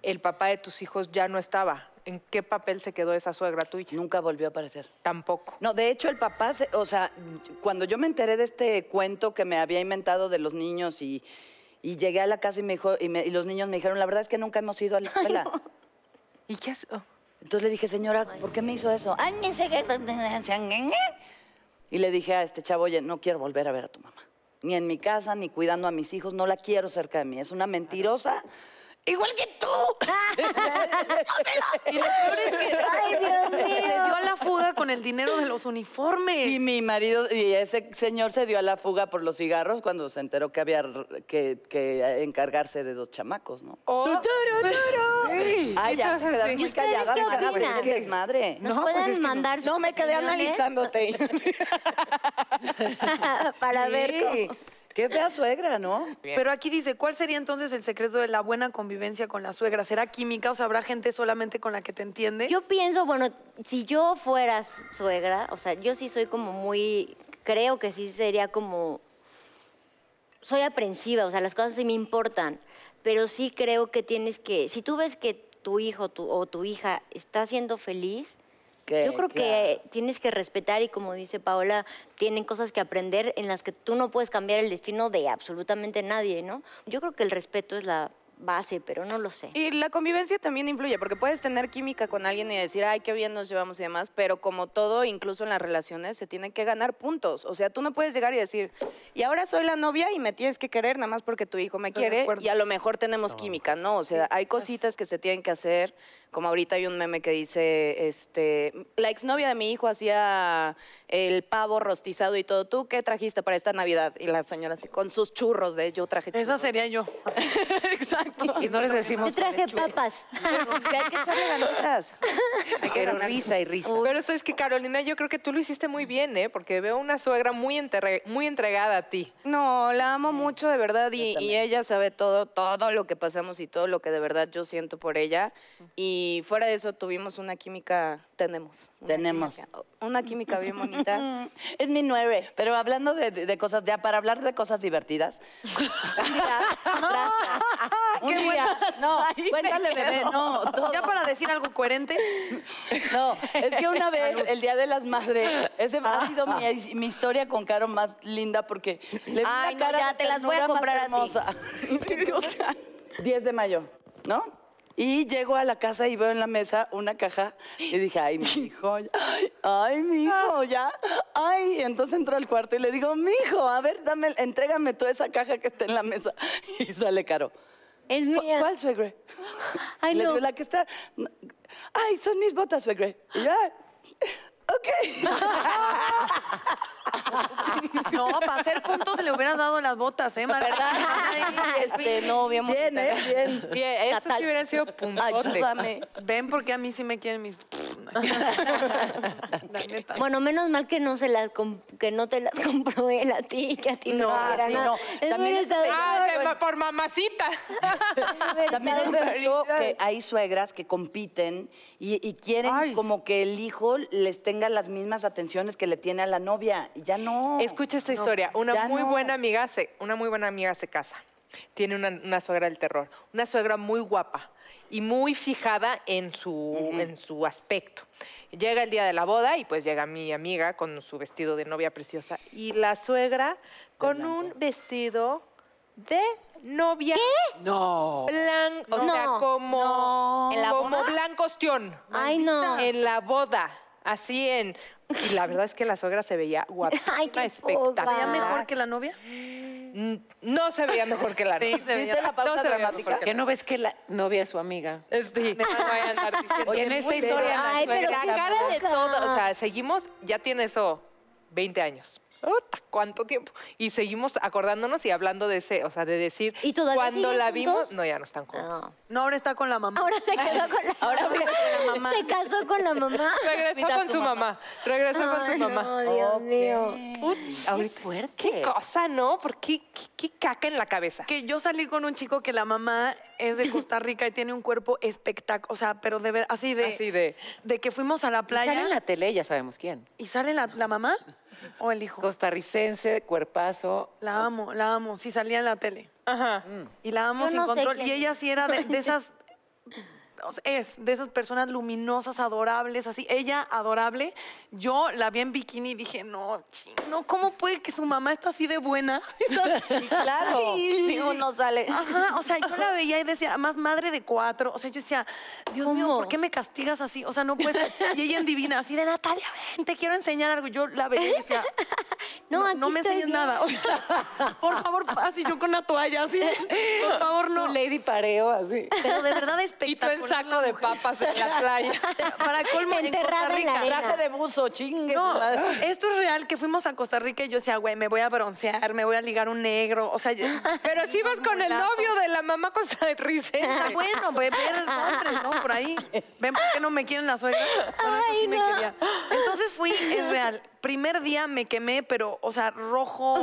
el papá de tus hijos ya no estaba? ¿En qué papel se quedó esa suegra tuya? Nunca volvió a aparecer. Tampoco. No, de hecho el papá, se- o sea, cuando yo me enteré de este cuento que me había inventado de los niños y, y llegué a la casa y, me dijo, y, me- y los niños me dijeron, la verdad es que nunca hemos ido a la escuela. ¿Y qué hace- oh, Entonces le dije, señora, ¿por qué me hizo eso? Ay, ni sé qué- Y le dije a este chavo, oye, no quiero volver a ver a tu mamá. Ni en mi casa, ni cuidando a mis hijos, no la quiero cerca de mí. Es una mentirosa. Igual que tú. Ay, Dios Se mío. dio a la fuga con el dinero de los uniformes. Y mi marido, y ese señor se dio a la fuga por los cigarros cuando se enteró que había r- que, que encargarse de dos chamacos, ¿no? Oh. Sí. Ay, ya, Entonces, quedas sí. muy ¿Y ustedes callada, qué me ganas opinan? ese desmadre. ¿Nos pues pueden mandar sus opiniones para ver cómo... Sí. Qué fea suegra, ¿no? Pero aquí dice, ¿cuál sería entonces el secreto de la buena convivencia con la suegra? ¿Será química? O sea, ¿habrá gente solamente con la que te entiende? Yo pienso, bueno, si yo fuera su- suegra, o sea, yo sí soy como muy, creo que sí sería como, soy aprensiva, o sea, las cosas sí me importan, pero sí creo que tienes que, si tú ves que tu hijo tu- o tu hija está siendo feliz, Que, yo creo claro. que tienes que respetar y como dice Paola, tienen cosas que aprender en las que tú no puedes cambiar el destino de absolutamente nadie, ¿no? Yo creo que el respeto es la base, pero no lo sé. Y la convivencia también influye, porque puedes tener química con alguien y decir, ay, qué bien nos llevamos y demás, pero como todo, incluso en las relaciones, se tienen que ganar puntos. O sea, tú no puedes llegar y decir, y ahora soy la novia y me tienes que querer nada más porque tu hijo me Estoy de quiere acuerdo. y a lo mejor tenemos química, ¿no? O sea, hay cositas que se tienen que hacer, como ahorita hay un meme que dice, este, la exnovia de mi hijo hacía el pavo rostizado y todo, ¿tú qué trajiste para esta Navidad? Y la señora así, con sus churros de yo traje churros. Esa sería yo. Exacto. Y no les decimos Yo traje papas. Que hay que echarle ganitas. Hay que Pero ganar. risa y risa. Pero eso es que Carolina, yo creo que tú lo hiciste muy bien, ¿eh? Porque veo una suegra muy, enterre- muy entregada a ti. No, la amo mucho, de verdad, y, y ella sabe todo, todo lo que pasamos y todo lo que de verdad yo siento por ella. Y fuera de eso, tuvimos una química, tenemos. una Tenemos. química- una química bien bonita. Es mi nueve. Pero hablando de, de- de cosas, ya para hablar de cosas divertidas. Un día, gracias. Un día. No, cuéntale, bebé. No, todo. Ya para decir algo coherente, No, es que una vez, el Día de las Madres, ese Ah. ha sido mi, mi historia con Caro más linda porque le vi Ay, la no, cara ya de te las voy a ternura más comprar hermosa. O sea, 10 de mayo, ¿no? Y llego a la casa y veo en la mesa una caja y dije, ay, mi hijo, ya, ay, mi Ah. hijo, ya, ay. Entonces entro al cuarto y le digo, mi hijo, a ver, dame, entrégame toda esa caja que está en la mesa. Y sale Caro. Es "¿Cu- mía. ¿Cuál, suegre? Ay, Le no. digo, La que está. Ay, son mis botas, suegre. Y yo, "Ah, ok. no, para hacer puntos le hubieras dado las botas, ¿eh? Mar- Ay, este, no, bien Bien, bonita. ¿eh? Bien. Bien, eso sí hubieran sido puntotes. Ayúdame. Ven porque a mí sí me quieren mis... La neta. Bueno, menos mal que no se las com- que no te las compró él a ti y que a ti no. No, te era Ah, sí, nada. no. Es También muy es- Ah, de desagradable. ma- por mamacita. También Verdad, hay verdad. mucho que hay suegras que compiten y, y quieren Ay. como que el hijo les tenga las mismas atenciones que le tiene a la novia. Y ya no. Escucha esta historia. Una ya muy no. buena amiga se, una muy buena amiga se casa. Tiene una, una suegra del terror. Una suegra muy guapa y muy fijada en su, en su aspecto. Llega el día de la boda y pues llega mi amiga con su vestido de novia preciosa. Y la suegra con un vestido de novia. No. blan- o sea, No. como, ¿En la como boda? blanco ostión. Ay, no. En la boda, así en... Y la verdad es que la suegra se veía guapísima, Ay, qué espectacular. poca. ¿Sería mejor que la novia? Mm, No se veía mejor que la Sí, novia. se veía. ¿Viste la pausa no se veía dramática? mejor ¿Que no ves que la novia es su amiga? Sí, no voy a andar diciendo. Oye, en esta muy historia... bella. la Ay, suegra- pero la qué cara de poca. todo, o sea, seguimos, ya tiene eso 20 años. Uta, ¿Cuánto tiempo? Y seguimos acordándonos y hablando de ese, o sea, de decir, ¿Y todavía cuando siguen la juntos? vimos, no, ya no están juntos. No. No, ahora está con la mamá. Ah. Ahora se quedó con la, Ahora vive con la mamá. Se casó con la mamá. Regresó con su mamá. regresó con su Ay, mamá. No, Dios mío. Ut, ahorita- ¿Qué cosa, no? ¿Por qué, qué, qué caca en la cabeza? Que yo salí con un chico que la mamá es de Costa Rica y tiene un cuerpo espectacular, o sea, pero de ver, así de, Así de... de que fuimos a la playa Sale en la tele, ya sabemos quién. y sale la, la mamá o el hijo. Costarricense, cuerpazo. La amo, la amo, sí salía en la tele. Ajá. Y la amo Yo sin no sé control. quién Y ella es. sí era de, de esas. o sea, Es de esas personas luminosas, adorables, así. Ella, adorable. Yo la vi en bikini y dije, no, ching, no, ¿cómo puede que su mamá está así de buena? Claro, ni uno sale. Ajá, o sea, yo la veía y decía, más madre de cuatro. O sea, yo decía, Dios mío, ¿Cómo? ¿por qué me castigas así? O sea, no puedes. Y ella en divina, así de Natalia, ven, te quiero enseñar algo. Yo la veía y decía, No, no, aquí no me estoy enseñes bien. nada. O sea, por favor, así yo con una toalla, así. Por favor, no. Lady Pareo, así. Pero de verdad Y tú espectacular. en saco de papas en la playa. Para colmo, en Enterrada Costa en la Rica. arena. Traje de buzo, chingue. su No, madre. esto es real, que fuimos a Costa Rica y yo decía, güey, me voy a broncear, me voy a ligar un negro, o sea... Pero si vas con el novio de la mamá costarricense. Está bueno, pues ver hombres, ¿no? Por ahí. ¿Ven por qué no me quieren la suegra? Por eso sí me quería. Entonces fui, es real. Primer día me quemé, pero, o sea, rojo.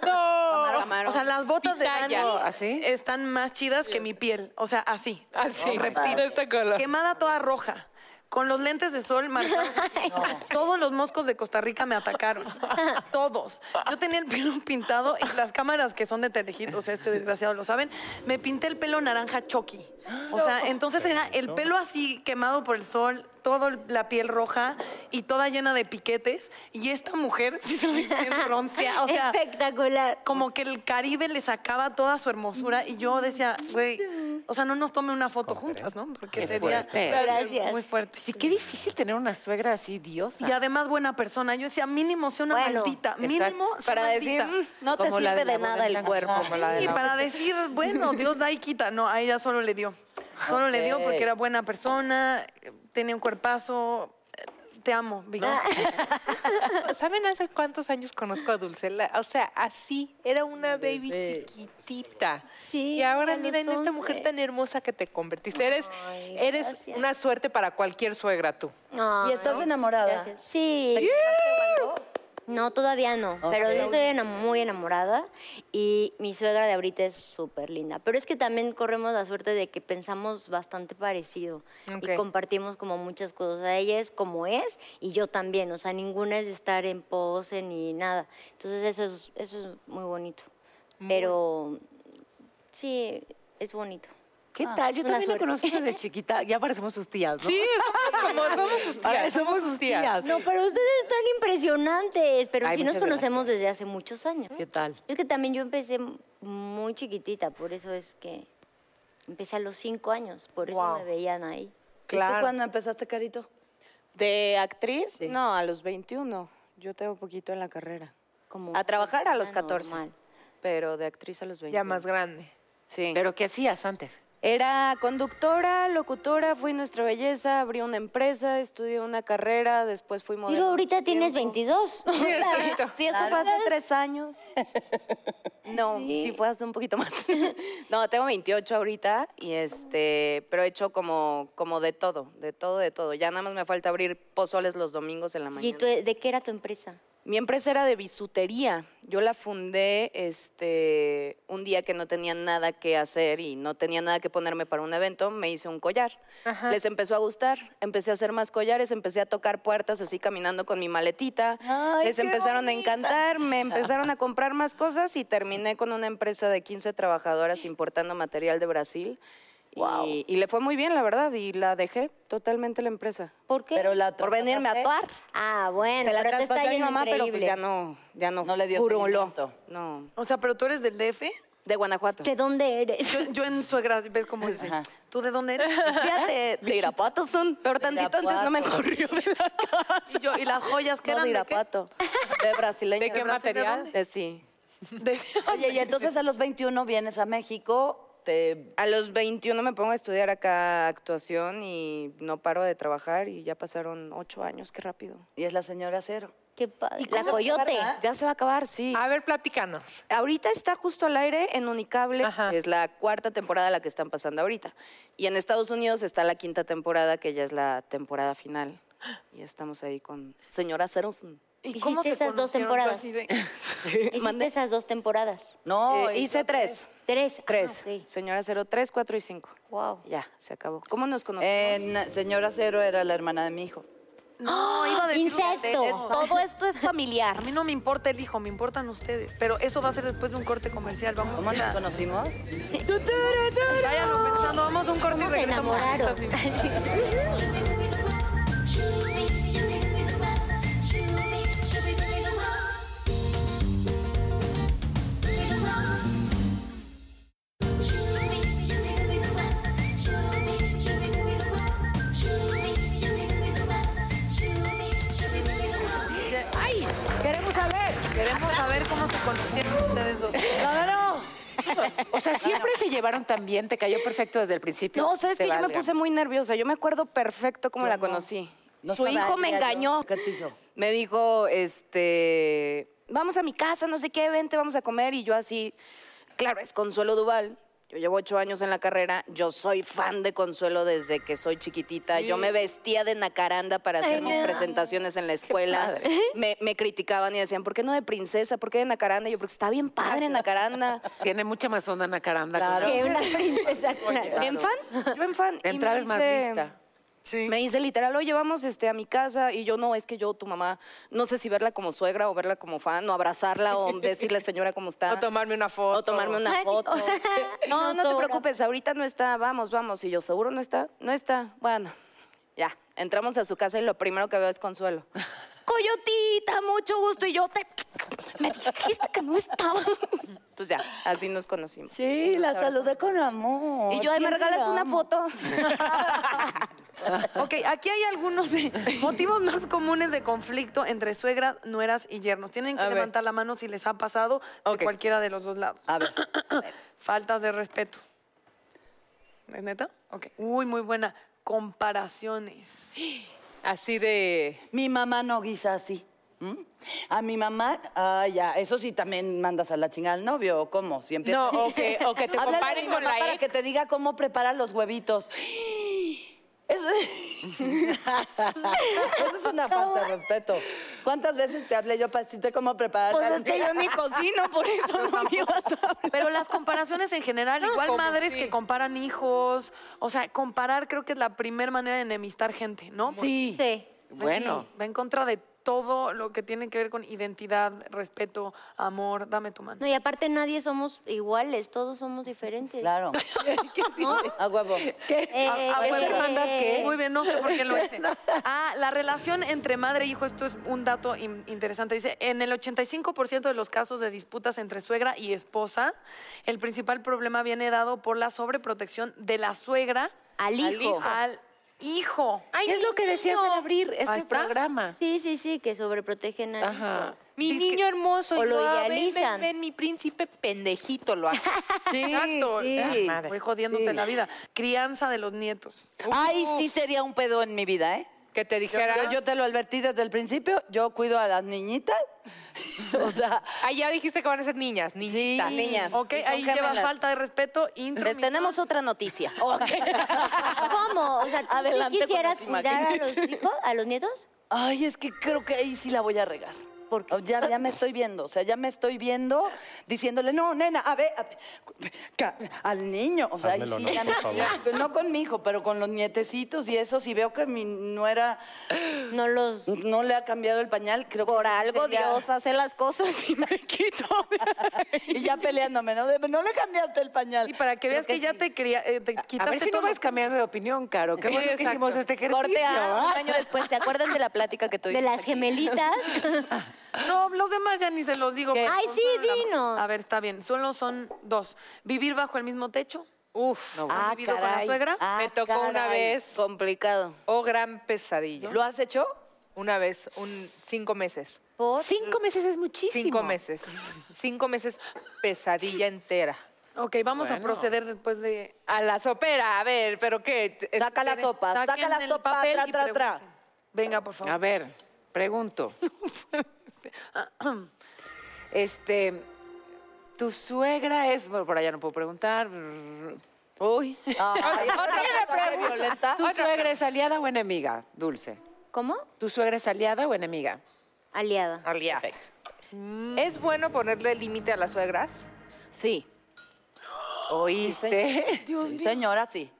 Camarón, camarón. O sea, las botas de Pitaya. Dani ¿Así? están más chidas que mi piel. O sea, así. Así, reptil. de este color. Quemada toda roja. Con los lentes de sol marcados. aquí. Todos los moscos de Costa Rica me atacaron. Todos. Yo tenía el pelo pintado y las cámaras que son de Telehit, o sea, este desgraciado lo saben, me pinté el pelo naranja choqui. O sea, entonces era el pelo así quemado por el sol, toda la piel roja y toda llena de piquetes. Y esta mujer sí se ve bien bronceada. O sea, Este Espectacular. como que el Caribe le sacaba toda su hermosura y yo decía, güey, O sea, no nos tome una foto juntas, ¿no? Porque Qué sería fuerte. Gracias. muy fuerte. Sí, qué difícil tener una suegra así, diosa. Y además buena persona. Yo decía, mínimo sea una Bueno, maldita. exacto. Mínimo sea Para decir, maldita. "Mm, no te Como la sirve de la de boda nada el blanca. cuerpo. Como la de Y la para decir, bueno, Dios da y quita. No, a ella solo le dio. Solo le dio porque Ok. era buena persona, eh, tenía un cuerpazo. Eh, Te amo, Vicky. Ah. ¿Saben hace cuántos años conozco a Dulcela? O sea, así, era una baby Bebé. chiquitita. Sí, Y ahora a los mira en esta mujer 11. tan hermosa que te convertiste. Eres, Ay, eres gracias. una suerte para cualquier suegra tú. Ay, ¿Y estás enamorada? gracias. Sí. No, todavía no, pero sí estoy enam- muy enamorada y mi suegra de ahorita es súper linda. Pero es que también corremos la suerte de que pensamos bastante parecido y Ok. compartimos como muchas cosas. Ella es como es y yo también, o sea, ninguna es de estar en pose ni nada. Entonces eso es, eso es muy bonito. Pero sí, es bonito. ¿Qué tal? Yo una también la suerte. conozco desde chiquita. Ya parecemos sus tías, ¿no? Sí, somos como somos sus tías. Ahora somos sus tías. No, pero ustedes están impresionantes, pero Ay, sí nos muchas conocemos gracias. desde hace muchos años. ¿Qué tal? Es que también yo empecé m- muy chiquitita, por eso es que empecé a los cinco años, por eso Guau. me veían ahí. ¿Y tú cuándo empezaste, Carito? ¿De actriz? Sí. No, a los 21. Yo tengo poquito en la carrera. Como A trabajar a los persona 14. normal. Pero de actriz a los 21. Ya más grande. Sí. ¿Pero qué hacías antes? Era conductora, locutora, fui nuestra belleza, abrí una empresa, estudié una carrera, después fui modelo. Pero ahorita tienes 22. 22. Sí, eso fue hace tres años. No, sí. Sí. fue hace un poquito más. No, tengo 28 ahorita y este, pero he hecho como, como de todo, de todo, de todo. Ya nada más me falta abrir pozoles los domingos en la mañana. ¿Y tú, de qué era tu empresa? Mi empresa era de bisutería. Yo la fundé este, un día que no tenía nada que hacer y no tenía nada que ponerme para un evento. Me hice un collar. Ah. Ajá. Les empezó a gustar. Empecé a hacer más collares, empecé a tocar puertas así caminando con mi maletita. Ay, Les qué empezaron a encantar, me empezaron a comprar más cosas y terminé con una empresa de 15 trabajadoras importando material de Brasil. Y- Guau. Y, le fue muy bien, la verdad, y la dejé totalmente la empresa. ¿Por qué? Pero la Por venirme a traspasaste. actuar. ah, bueno, Se la pero te está traspasé a mi yendo mamá, increíble. pero pues ya no, ya no. No le dio curuló. seguimiento. No. O sea, pero tú eres del DF. De Guanajuato. ¿De dónde eres? Yo, yo en suegra, ¿ves cómo dice? Ajá. ¿Tú de dónde eres? Fíjate, de Irapuato son, pero tantito antes no me Irapuato. corrió de la casa. Y, yo, y las joyas que No, de eran de qué? Irapuato. De brasileño. ¿De qué material? De- Pues sí. Oye, y entonces a los 21 vienes a México, te... A los 21 me pongo a estudiar acá actuación y no paro de trabajar y ya pasaron ocho años, qué rápido. y es la señora Cero. Qué padre. La cómo coyote. ¿verdad? Ya se va a acabar, sí. Ah. A ver, platícanos. Ahorita está justo al aire en Unicable, Ajá. que es la cuarta temporada la que están pasando ahorita. Y en Estados Unidos está la quinta temporada, que ya es la temporada final. Y estamos ahí con señora Cero. ¿Y Hiciste esas dos temporadas. conocieron? Yo así de- Hiciste esas dos temporadas. No, Eh, y- hice tres. Tres. Ah, Tres. ok. Señora Cero, tres, cuatro y cinco. Wow. Ya, se acabó. ¿Cómo nos conocimos? en- señora Cero era la hermana de mi hijo. No, iba a decir una- Incesto. Todo esto es familiar. A mí no me importa el hijo, me importan ustedes. Pero eso va a ser después de un corte comercial. Vamos ¿Cómo a ir nos a- conocimos? Váyanlo pensando, vamos a un corte y ¿Cómo se regresamos. enamoraron? Queremos saber. Queremos saber cómo se conocieron ustedes dos. O sea, siempre se llevaron tan bien, te cayó perfecto desde el principio. No, ¿sabes Te que Yo me valga. puse muy nerviosa. Yo me acuerdo perfecto cómo la conocí. No Su estaba hijo me ella, yo. engañó. ¿Qué te hizo? Me dijo, este, vamos a mi casa, no sé qué, vente, vamos a comer. Y yo así, claro, es Consuelo Duval. Yo llevo ocho años en la carrera. Yo soy fan de Consuelo desde que soy chiquitita. Yo me vestía de nacaranda para hacer mis presentaciones en la escuela. Me, me criticaban y decían, ¿por qué no de princesa? ¿Por qué de nacaranda? Y yo, porque está bien padre nacaranda. Tiene mucha más onda Nacaranda. Claro. Que una princesa. claro. En fan, yo en fan. De Y me entrada es más dice- lista. Me dice literal, oye, vamos este, a mi casa. Y yo, no, es que yo, tu mamá, no sé si verla como suegra o verla como fan, o abrazarla o decirle, señora, cómo está. O tomarme una foto. O tomarme una Ay, foto. No, no te autógrafo. preocupes, ahorita no está, vamos, vamos. Y yo, ¿seguro no está? No está. Bueno, ya. Entramos a su casa y lo primero que veo es Consuelo. Coyotita, mucho gusto. Y yo, te... Me dijiste que no estaba. Pues ya, así nos conocimos. Sí, la saludé con amor. Y yo, ay, me Siempre regalas la una amo. foto. Ok, aquí hay algunos eh, motivos más comunes de conflicto entre suegras, nueras y yernos. Tienen que A ver. levantar la mano si les ha pasado Ok. de cualquiera de los dos lados. A ver. Faltas de respeto. ¿Es neta? Ok. Uy, muy buena. Comparaciones. Así de. Mi mamá no guisa así. ¿Mm? ¿m? A mi mamá, ah, ya, eso sí también mandas a la chingada al novio, ¿o ¿cómo? Si empieza- No, o que- o que te Háblale a comparen mi con mamá la E. para ex. que te diga cómo preparar los huevitos. Eso es, Eso es una falta de respeto. ¿Cuántas veces te hablé yo para decirte cómo preparar? Pues la- es que yo ni cocino, por eso no me ibas a hablar. Pero las comparaciones en general, No, igual ¿cómo? madres Sí. que comparan hijos. O sea, comparar creo que es la primera manera de enemistar gente, ¿no? Sí. Sí. Bueno. Sí, Va en contra de todo lo que tiene que ver con identidad, respeto, amor. Dame tu mano. No, y aparte nadie somos iguales, todos somos diferentes. Claro. Ah, ¿no? A huevo. Eh, A- a eh, huevo. eh, ¿Mandas eh, Muy bien, no sé por qué lo hice. Ah, la relación entre madre e hijo, esto es un dato in- interesante. Dice, en el 85% de los casos de disputas entre suegra y esposa, el principal problema viene dado por la sobreprotección de la suegra Al hijo. al hijo. Ay, ¿Qué es lo que decías al abrir Ahí este está. programa? Sí, sí, sí, que sobreprotegen al Ajá. Mi Dice que- niño hermoso. o y lo yo, ah, ven, idealizan. Ven, ven, mi príncipe pendejito lo hace. Sí, Exacto. sí. Ah, Voy jodiéndote Sí. la vida. Crianza de los nietos. Ay, sí sería un pedo en mi vida, ¿eh? Que te dijera. Yo, yo te lo advertí desde el principio, yo cuido a las niñitas. o sea, Ah, ya dijiste que van a ser niñas, niñitas. niñas. Ok, Y son ahí lleva gemelas. falta de respeto. Les tenemos otra noticia. ¿Cómo? O sea, ¿tú sí Adelante con quisieras las cuidar a los imágenes. hijos, a los nietos? ay, es que creo que ahí sí la voy a regar. ¿Por qué? Ya, ya me estoy viendo, o sea, ya me estoy viendo diciéndole, no, nena, a ver, a ver, ca- al niño, o sea, ahí Házmelo, sí, no, ya por me- favor. no con mi hijo, pero con los nietecitos y eso, si veo que mi nuera No los... no le ha cambiado el pañal, creo que... Por sí algo sería- Dios hace las cosas y me quito. Y ya peleándome, ¿no? De- no le cambiaste el pañal. Y para que Creo veas que, ya sí. te, cría, eh, te A quitaste ver si no todo. vas cambiando de opinión, Caro. Qué bueno que Exacto. hicimos este ejercicio. Corte a ¿ah? un año después. ¿Se acuerdan de la plática que tuvimos? De las gemelitas. No, los demás ya ni se los digo. ¿Qué? pero Ay, son sí, solo la- dinos. A ver, está bien. Solo son dos. Vivir bajo el mismo techo. Uf, No, bueno. ¿Has Ah, vivido con la caray. suegra? Ah, Me tocó una vez. Complicado. oh gran pesadilla. ¿Lo has hecho? Una vez, un, cinco meses. ¿Por? Cinco meses es muchísimo. Cinco meses. Cinco meses pesadilla entera. Ok, vamos a Bueno. proceder después de... A la sopera, a ver, pero qué. Es- Saca la tiene- sopa, saca Saquen la el sopa, papel tra, y tra, tra. pregunten. Venga, por A favor. ver, pregunto. Este, tu suegra es, bueno, por allá no puedo preguntar. Uy. Ay, Otra pregunta. violenta. ¿Tu suegra es aliada o enemiga, Dulce? ¿Cómo? ¿Tu suegra es aliada o enemiga? Aliada. Aliada. Perfecto. ¿Es bueno ponerle límite a las suegras? Sí. ¿Oíste? Sí, Señora, sí.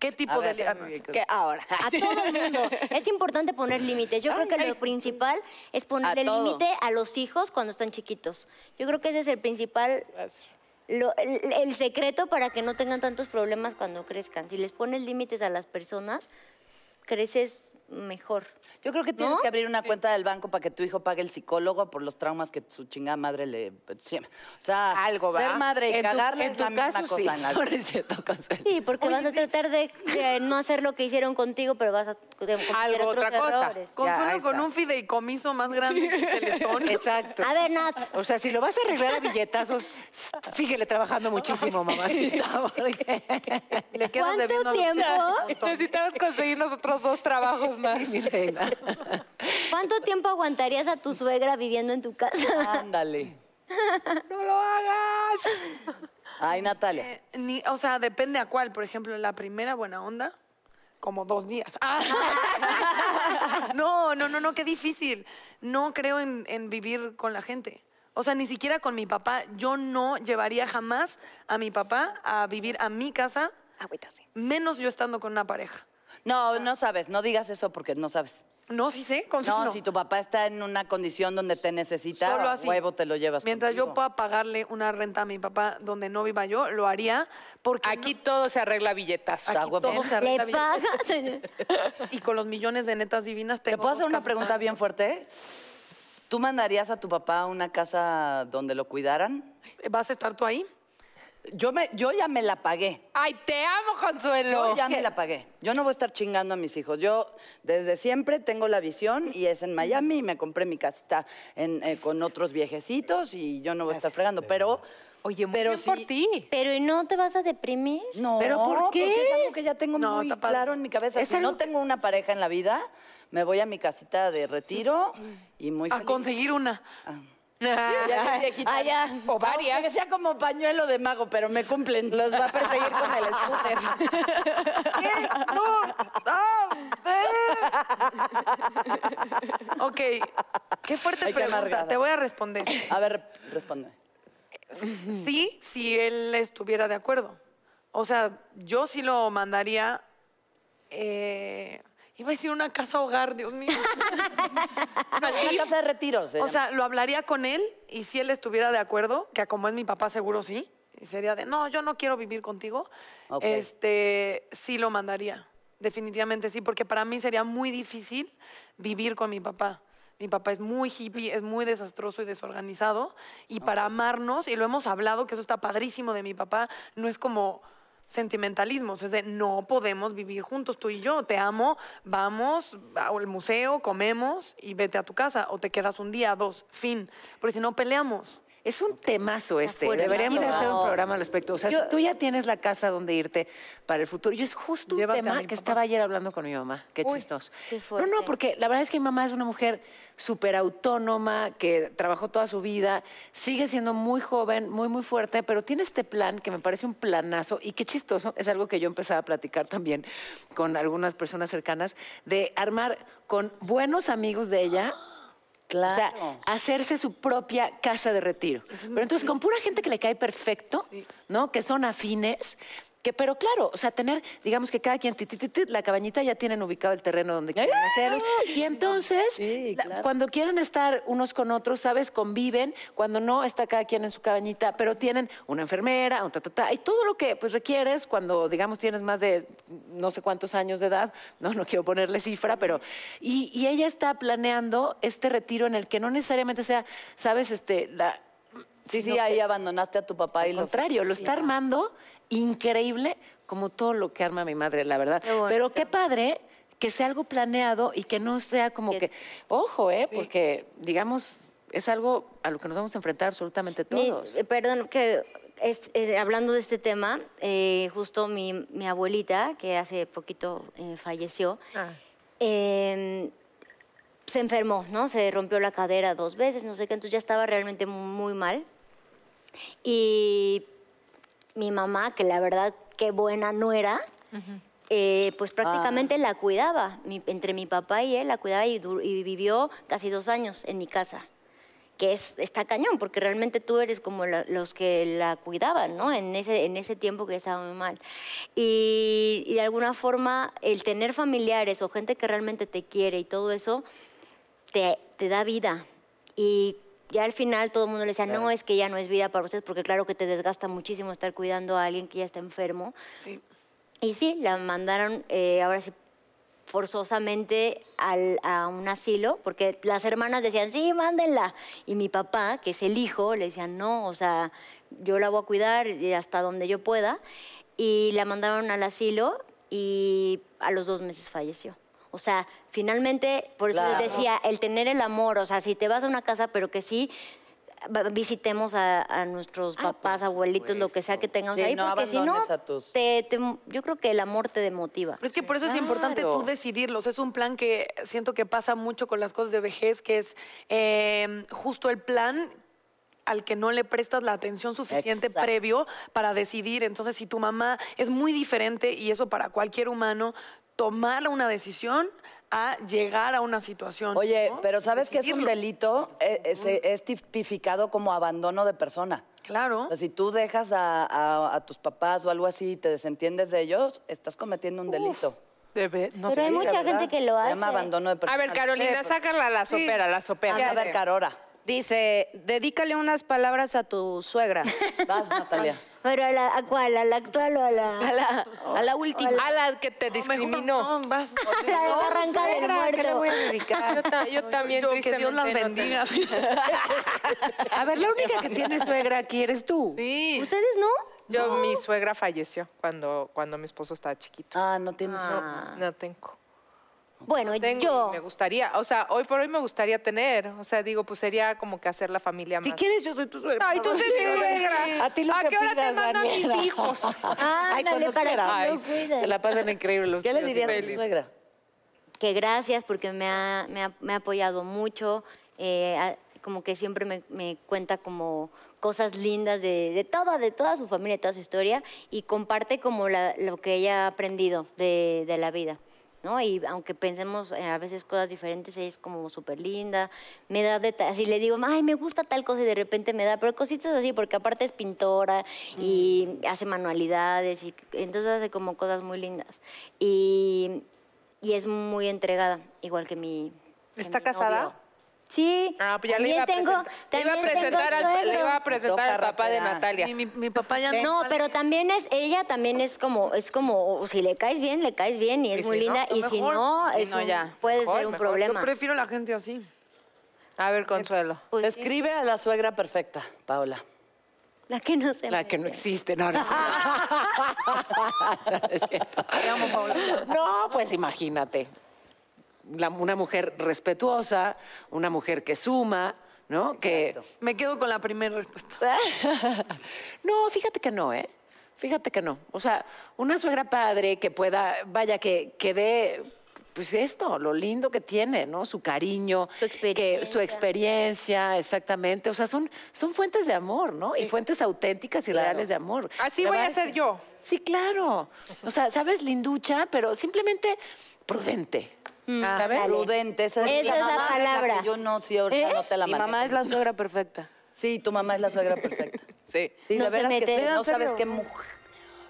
¿Qué tipo de... li- ah, no, Que ahora. A todo el mundo. Es importante poner límites. Yo creo que lo principal es poner A el todo. límite a los hijos cuando están chiquitos. Yo creo que ese es el principal, lo- el, el secreto para que no tengan tantos problemas cuando crezcan. Si les pones límites a las personas, creces mejor. Yo creo que tienes que abrir una cuenta del banco para que tu hijo pague el psicólogo por los traumas que su chingada madre le... pues, sí, O sea, Algo, ¿va? ser madre y En tu- cagarle en es tu la misma caso, sí. cosa. en la- No, no es cierto, Consuelo. Sí, porque vas a tratar de, de no hacer lo que hicieron contigo, pero vas a cometer Algo, otros otra cosa. errores. Consuelo Ya, ahí con está. un fideicomiso más grande que Teletón. Exacto. A ver, Nat, O sea, si lo vas a arreglar a billetazos, síguele trabajando muchísimo, mamacita. porque- Le quedas ¿cuánto debiendo a los tiempo, Necesitamos conseguir nosotros dos trabajos más. Mi reina. cuánto tiempo aguantarías a tu suegra viviendo en tu casa? Ándale. ¡No lo hagas! Ay, Natalia. Eh, ni- o sea, depende a cuál. Por ejemplo, la primera buena onda, como dos días. Ah. No, no, no, no, qué difícil. No creo en, en vivir con la gente. O sea, ni siquiera con mi papá. Yo no llevaría jamás a mi papá a vivir a mi casa, Agüita, sí. menos yo estando con una pareja. No, no sabes, no digas eso porque no sabes. No, sí sé, con No, si tu papá está en una condición donde te necesita, Solo a así. huevo te lo llevas Mientras yo contigo. pueda pagarle una renta a mi papá donde no viva yo, lo haría porque Aquí no- todo se arregla a billetazos. está aquí huevo. todo se arregla ¿Le bien. pagas? y con los millones de netas divinas ¿Te tengo puedo hacer dos una casas pregunta más. bien fuerte? ¿Tú mandarías a tu papá a una casa donde lo cuidaran? ¿Vas a estar tú ahí? Yo, me, yo ya me la pagué. Ay, te amo, Consuelo. Yo ya me la pagué. Yo no voy a estar chingando a mis hijos. Yo desde siempre tengo la visión y es en Miami y me compré mi casita en, eh, con otros viejecitos y yo no voy a estar fregando. Pero, Oye, muy pero bien por sí- ti. Pero ¿y no te vas a deprimir? No, ¿Pero por qué? porque es algo que ya tengo No, muy está padre. claro en mi cabeza. Es si algo no tengo una pareja en la vida, me voy a mi casita de retiro y muy A feliz. conseguir una. Ya soy viejita. Ah, ya. O varias. Aunque sea como pañuelo de mago, pero me cumplen. Los va a perseguir con el scooter. Ok, qué fuerte Ay, qué pregunta. amargada. Te voy a responder. A ver, responde. Sí, si él estuviera de acuerdo. O sea, yo sí lo mandaría. eh, iba a decir una casa hogar, Dios mío. Una casa de eh. retiro. se O llama. sea, lo hablaría con él y si él estuviera de acuerdo, que como es mi papá seguro sí, y sería de, no, yo no quiero vivir contigo, Ok. este, sí lo mandaría, definitivamente sí, porque para mí sería muy difícil vivir con mi papá. Mi papá es muy hippie, es muy desastroso y desorganizado, y para amarnos, y lo hemos hablado, que eso está padrísimo de mi papá, no es como sentimentalismos, es de no podemos vivir juntos tú y yo, te amo, vamos al museo, comemos y vete a tu casa o te quedas un día, dos, fin, porque si no peleamos. Es un temazo este. fuerte. Deberíamos Temazo. hacer un programa al respecto. O sea, Yo- si tú ya tienes la casa donde irte para el futuro. Yo es justo un Llévate a tema mi que papá. estaba ayer hablando con mi mamá. Qué Uy, chistoso. qué no, fuerte. no, porque la verdad es que mi mamá es una mujer súper autónoma, que trabajó toda su vida, sigue siendo muy joven, muy, muy fuerte, pero tiene este plan que me parece un planazo y qué chistoso. Es algo que yo empezaba a platicar también con algunas personas cercanas, de armar con buenos amigos de ella. claro. O sea, hacerse su propia casa de retiro. Pero entonces con pura gente que le cae perfecto, ¿no? Que son afines. Que, pero claro, o sea, tener, digamos que cada quien, ti, ti, ti, ti, la cabañita ya tienen ubicado el terreno donde quieren hacerlo. Y entonces, Sí, la- claro. cuando quieren estar unos con otros, ¿sabes? Conviven. Cuando no, está cada quien en su cabañita, pero tienen una enfermera, un ta, ta, ta, y todo lo que pues requieres cuando, digamos, tienes más de no sé cuántos años de edad, no, no quiero ponerle cifra, pero. Y, y ella está planeando este retiro en el que no necesariamente sea, ¿sabes? Este, la, sí, sí, sino ahí que- abandonaste a tu papá y al lo contrario, lo está armando increíble como todo lo que arma mi madre, la verdad. Qué bonito. Pero qué padre que sea algo planeado y que no sea como Que- que, ojo, ¿eh? Porque, digamos, es algo a lo que nos vamos a enfrentar absolutamente Mi- todos. eh, perdón, que es- es- hablando de este tema, eh, justo mi, mi abuelita, que hace poquito eh, falleció, eh, se enfermó, ¿no? Se rompió la cadera dos veces, no sé qué, entonces ya estaba realmente muy mal. Y mi mamá, que la verdad, qué buena no era, pues prácticamente la cuidaba. Mi- entre mi papá y él la cuidaba y, du- y vivió casi dos años en mi casa. Que es, está cañón, porque realmente tú eres como la- los que la cuidaban, ¿no? En ese, en ese tiempo que estaba muy mal. Y, y de alguna forma, el tener familiares o gente que realmente te quiere y todo eso, te, te da vida. Y ya al final todo el mundo le decía, no, es que ya no es vida para ustedes, porque claro que te desgasta muchísimo estar cuidando a alguien que ya está enfermo. Sí. Y sí, la mandaron eh, ahora sí forzosamente al- a un asilo, porque las hermanas decían, sí, mándenla. Y mi papá, que es el hijo, le decían, no, o sea, yo la voy a cuidar y hasta donde yo pueda. Y la mandaron al asilo y a los dos meses falleció. O sea, finalmente, por eso Claro. les decía, el tener el amor, o sea, si te vas a una casa, pero que sí va- visitemos a, a nuestros papás, abuelitos, lo que sea que tengamos Ah, Sí, ahí, no porque si no, abandones a tus- te- te- yo creo que el amor te demotiva. Pero es que por eso es importante Claro. tú decidirlos. Es un plan que siento que pasa mucho con las cosas de vejez, que es eh, justo el plan al que no le prestas la atención suficiente Exacto. previo para decidir. Entonces, si tu mamá es muy diferente, y eso para cualquier humano, tomar una decisión a llegar a una situación. Oye, ¿no? pero ¿sabes que es un Decidirlo. delito? Eh, eh, se- es tipificado como abandono de persona. Claro. O sea, si tú dejas a, a- a tus papás o algo así y te desentiendes de ellos, estás cometiendo un delito. Pero hay Sí, mucha ¿verdad? gente que lo Se hace. llama abandono de persona. A ver, Carolina, Sí, sácala la sopera, la sopera. A ver, Carora. Dice, dedícale unas palabras a tu suegra. Vas, Natalia. Pero a la, ¿a cuál? ¿A la actual o a la...? A la, a la última. A la que te discriminó. No, vas. La de Barranca del suegra, ¿qué le Muerto. voy a dedicar? Yo, ta- yo también, Yo, que tristemente, Dios las no tengo. bendiga. A ver, la única que tiene suegra aquí eres tú. Sí. ¿Ustedes no? Yo, mi suegra falleció cuando, cuando mi esposo estaba chiquito. Ah, no tienes No, no tengo. Bueno, Tengo, yo... y me gustaría, o sea, hoy por hoy me gustaría tener, o sea, digo, pues sería como que hacer la familia más. Si quieres, yo soy tu suegra. Ay, tú sí, mi suegra. A ti lo ¿A que qué hora te pidas, mando a mis Daniela. hijos? Ándale, cuando para que quieras. lo cuides. Se la pasan increíble los ¿Qué le tíos y dirías a tu feliz. suegra? que gracias porque me ha, me ha, me ha apoyado mucho, eh, ha- como que siempre me, me cuenta como cosas lindas de, de toda, de toda su familia, de toda su historia, y comparte como la- lo que ella ha aprendido de, de la vida. ¿no? Y aunque pensemos eh, a veces cosas diferentes, ella es como súper linda, me da detalles, y le digo, ay, me gusta tal cosa y de repente me da, pero cositas así, porque aparte es pintora y hace manualidades, y entonces hace como cosas muy lindas. Y, y es muy entregada, igual que mi. que ¿Está mi casada? novio. Sí. Ah, pues ya también le iba a tengo- presentar. Le iba a también tengo presentar al, le suegro. iba a presentar al Toca papá de rapera. Natalia. Mi, mi- mi papá Eh, ya No, pero también es, ella también es como, es como, o si le caes bien, le caes bien y es Y muy si no, linda. pues y si mejor. no, Si es no, un- ya. puede Mejor, ser un mejor. Yo problema. Yo prefiero la gente así. A ver, Consuelo. Pues sí, Escribe a la suegra perfecta, Paola. la que no se La que no mete. existe, no, no. es cierto. Es cierto. No, pues imagínate. La- una mujer respetuosa, una mujer que suma, ¿no? Que. Me quedo con la primera respuesta. no, fíjate que no, ¿eh? Fíjate que no. O sea, una suegra padre que pueda, vaya, que, que dé, pues esto, lo lindo que tiene, ¿no? Su cariño, Su que, su experiencia. experiencia, exactamente. O sea, son, son fuentes de amor, ¿no? Y fuentes auténticas y Claro. reales de amor. Así La voy verdad a es ser que- yo. Sí, claro. O sea, sabes, linducha, pero simplemente prudente. Mm, ¿Sabes? dale. Prudente. Esa Esa es la mamá palabra. que yo no, sí, ¿Eh? ahorita no te la Mi manejo. mamá es la suegra perfecta. Sí, tu mamá es la suegra perfecta. Sí. Sí, No la se verdad es que mete. sí, Vean, no sabes serio. qué muj-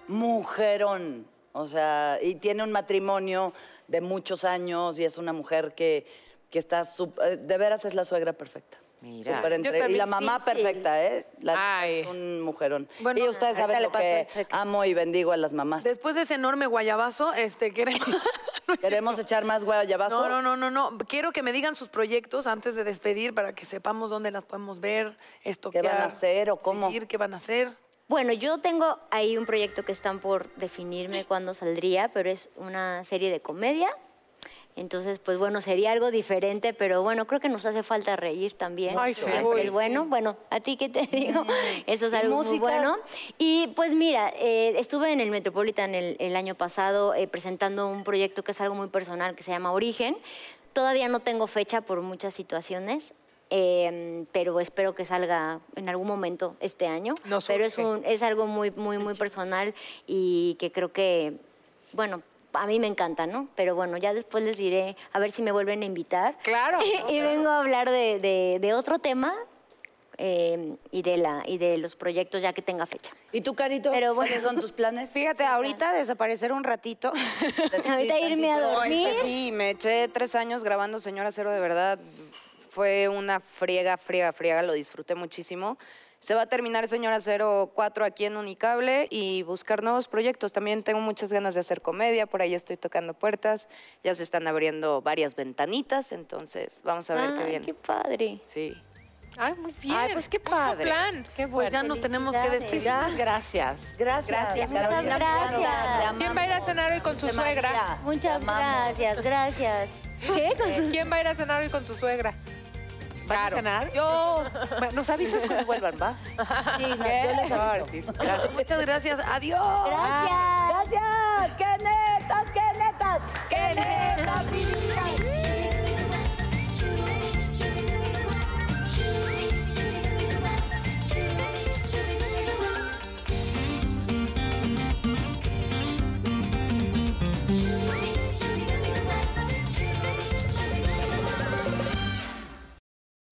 mujerón. O sea, y tiene un matrimonio de muchos años y es una mujer que, que está... sup- eh, de veras es la suegra perfecta. Mira. Súper entre- Yo y también la mamá sí, sí. perfecta, ¿eh? La Ay. es un mujerón. Bueno, y ustedes ahorita saben le lo paso que el cheque. amo y bendigo a las mamás. Después de ese enorme guayabazo, este, queremos... ¿Queremos echar más guayabazo? No, no, no, no, no. Quiero que me digan sus proyectos antes de despedir para que sepamos dónde las podemos ver, esto ¿Qué van a hacer o cómo? qué van a hacer. Bueno, yo tengo ahí un proyecto que están por definirme cuándo saldría, pero es una serie de comedia. Entonces, pues bueno, sería algo diferente, pero bueno, creo que nos hace falta reír también. Ay, Eso va a seguro, ser sí. Mm. bueno, bueno, a ti qué te digo, eso es ¿Y algo muy música? bueno. Y pues mira, eh, estuve en el Metropolitan el, el año pasado eh, presentando un proyecto que es algo muy personal, que se llama Origen. Todavía no tengo fecha por muchas situaciones, eh, pero espero que salga en algún momento este año. Nos pero es, urge. un- es algo muy, muy, muy personal y que creo que, bueno, a mí me encanta, ¿no? Pero bueno, ya después les diré a ver si me vuelven a invitar. Claro. y vengo a hablar de, de- de otro tema eh, y, de la, y de los proyectos ya que tenga fecha. ¿Y tú, Carito? Pero bueno. ¿Cuáles son tus planes? Fíjate, ahorita desaparecer un ratito. Ahorita irme a No, es que dormir. sí, me eché tres años grabando Señora Cero, de verdad. Fue una friega, friega, friega, lo disfruté muchísimo. Se va a terminar Señora Cero 4 aquí en Unicable y buscar nuevos proyectos. También tengo muchas ganas de hacer comedia, por ahí estoy tocando puertas. Ya se están abriendo varias ventanitas, entonces vamos a ver qué Ay, viene. qué padre. Sí. Ay, muy bien. Ay, pues qué Mucho padre. plan. Qué Pues ya bueno. nos tenemos que Felicidades. despedir. Muchas gracias. Gracias. Gracias, muchas Carolina. gracias. Te amamos. ¿Quién va a ir a cenar hoy con su Dulce suegra? María, Muchas te amamos. gracias, gracias. ¿Quién va a ir a cenar hoy con su suegra? ¿Van Claro. a cenar? Yo. Nos avisas cuando vuelvan, ¿va? Sí, no, yo les aviso. Gracias. Muchas gracias. Adiós. Gracias. Gracias. ¡Qué netas, qué netas! ¡Qué netas, mi vida!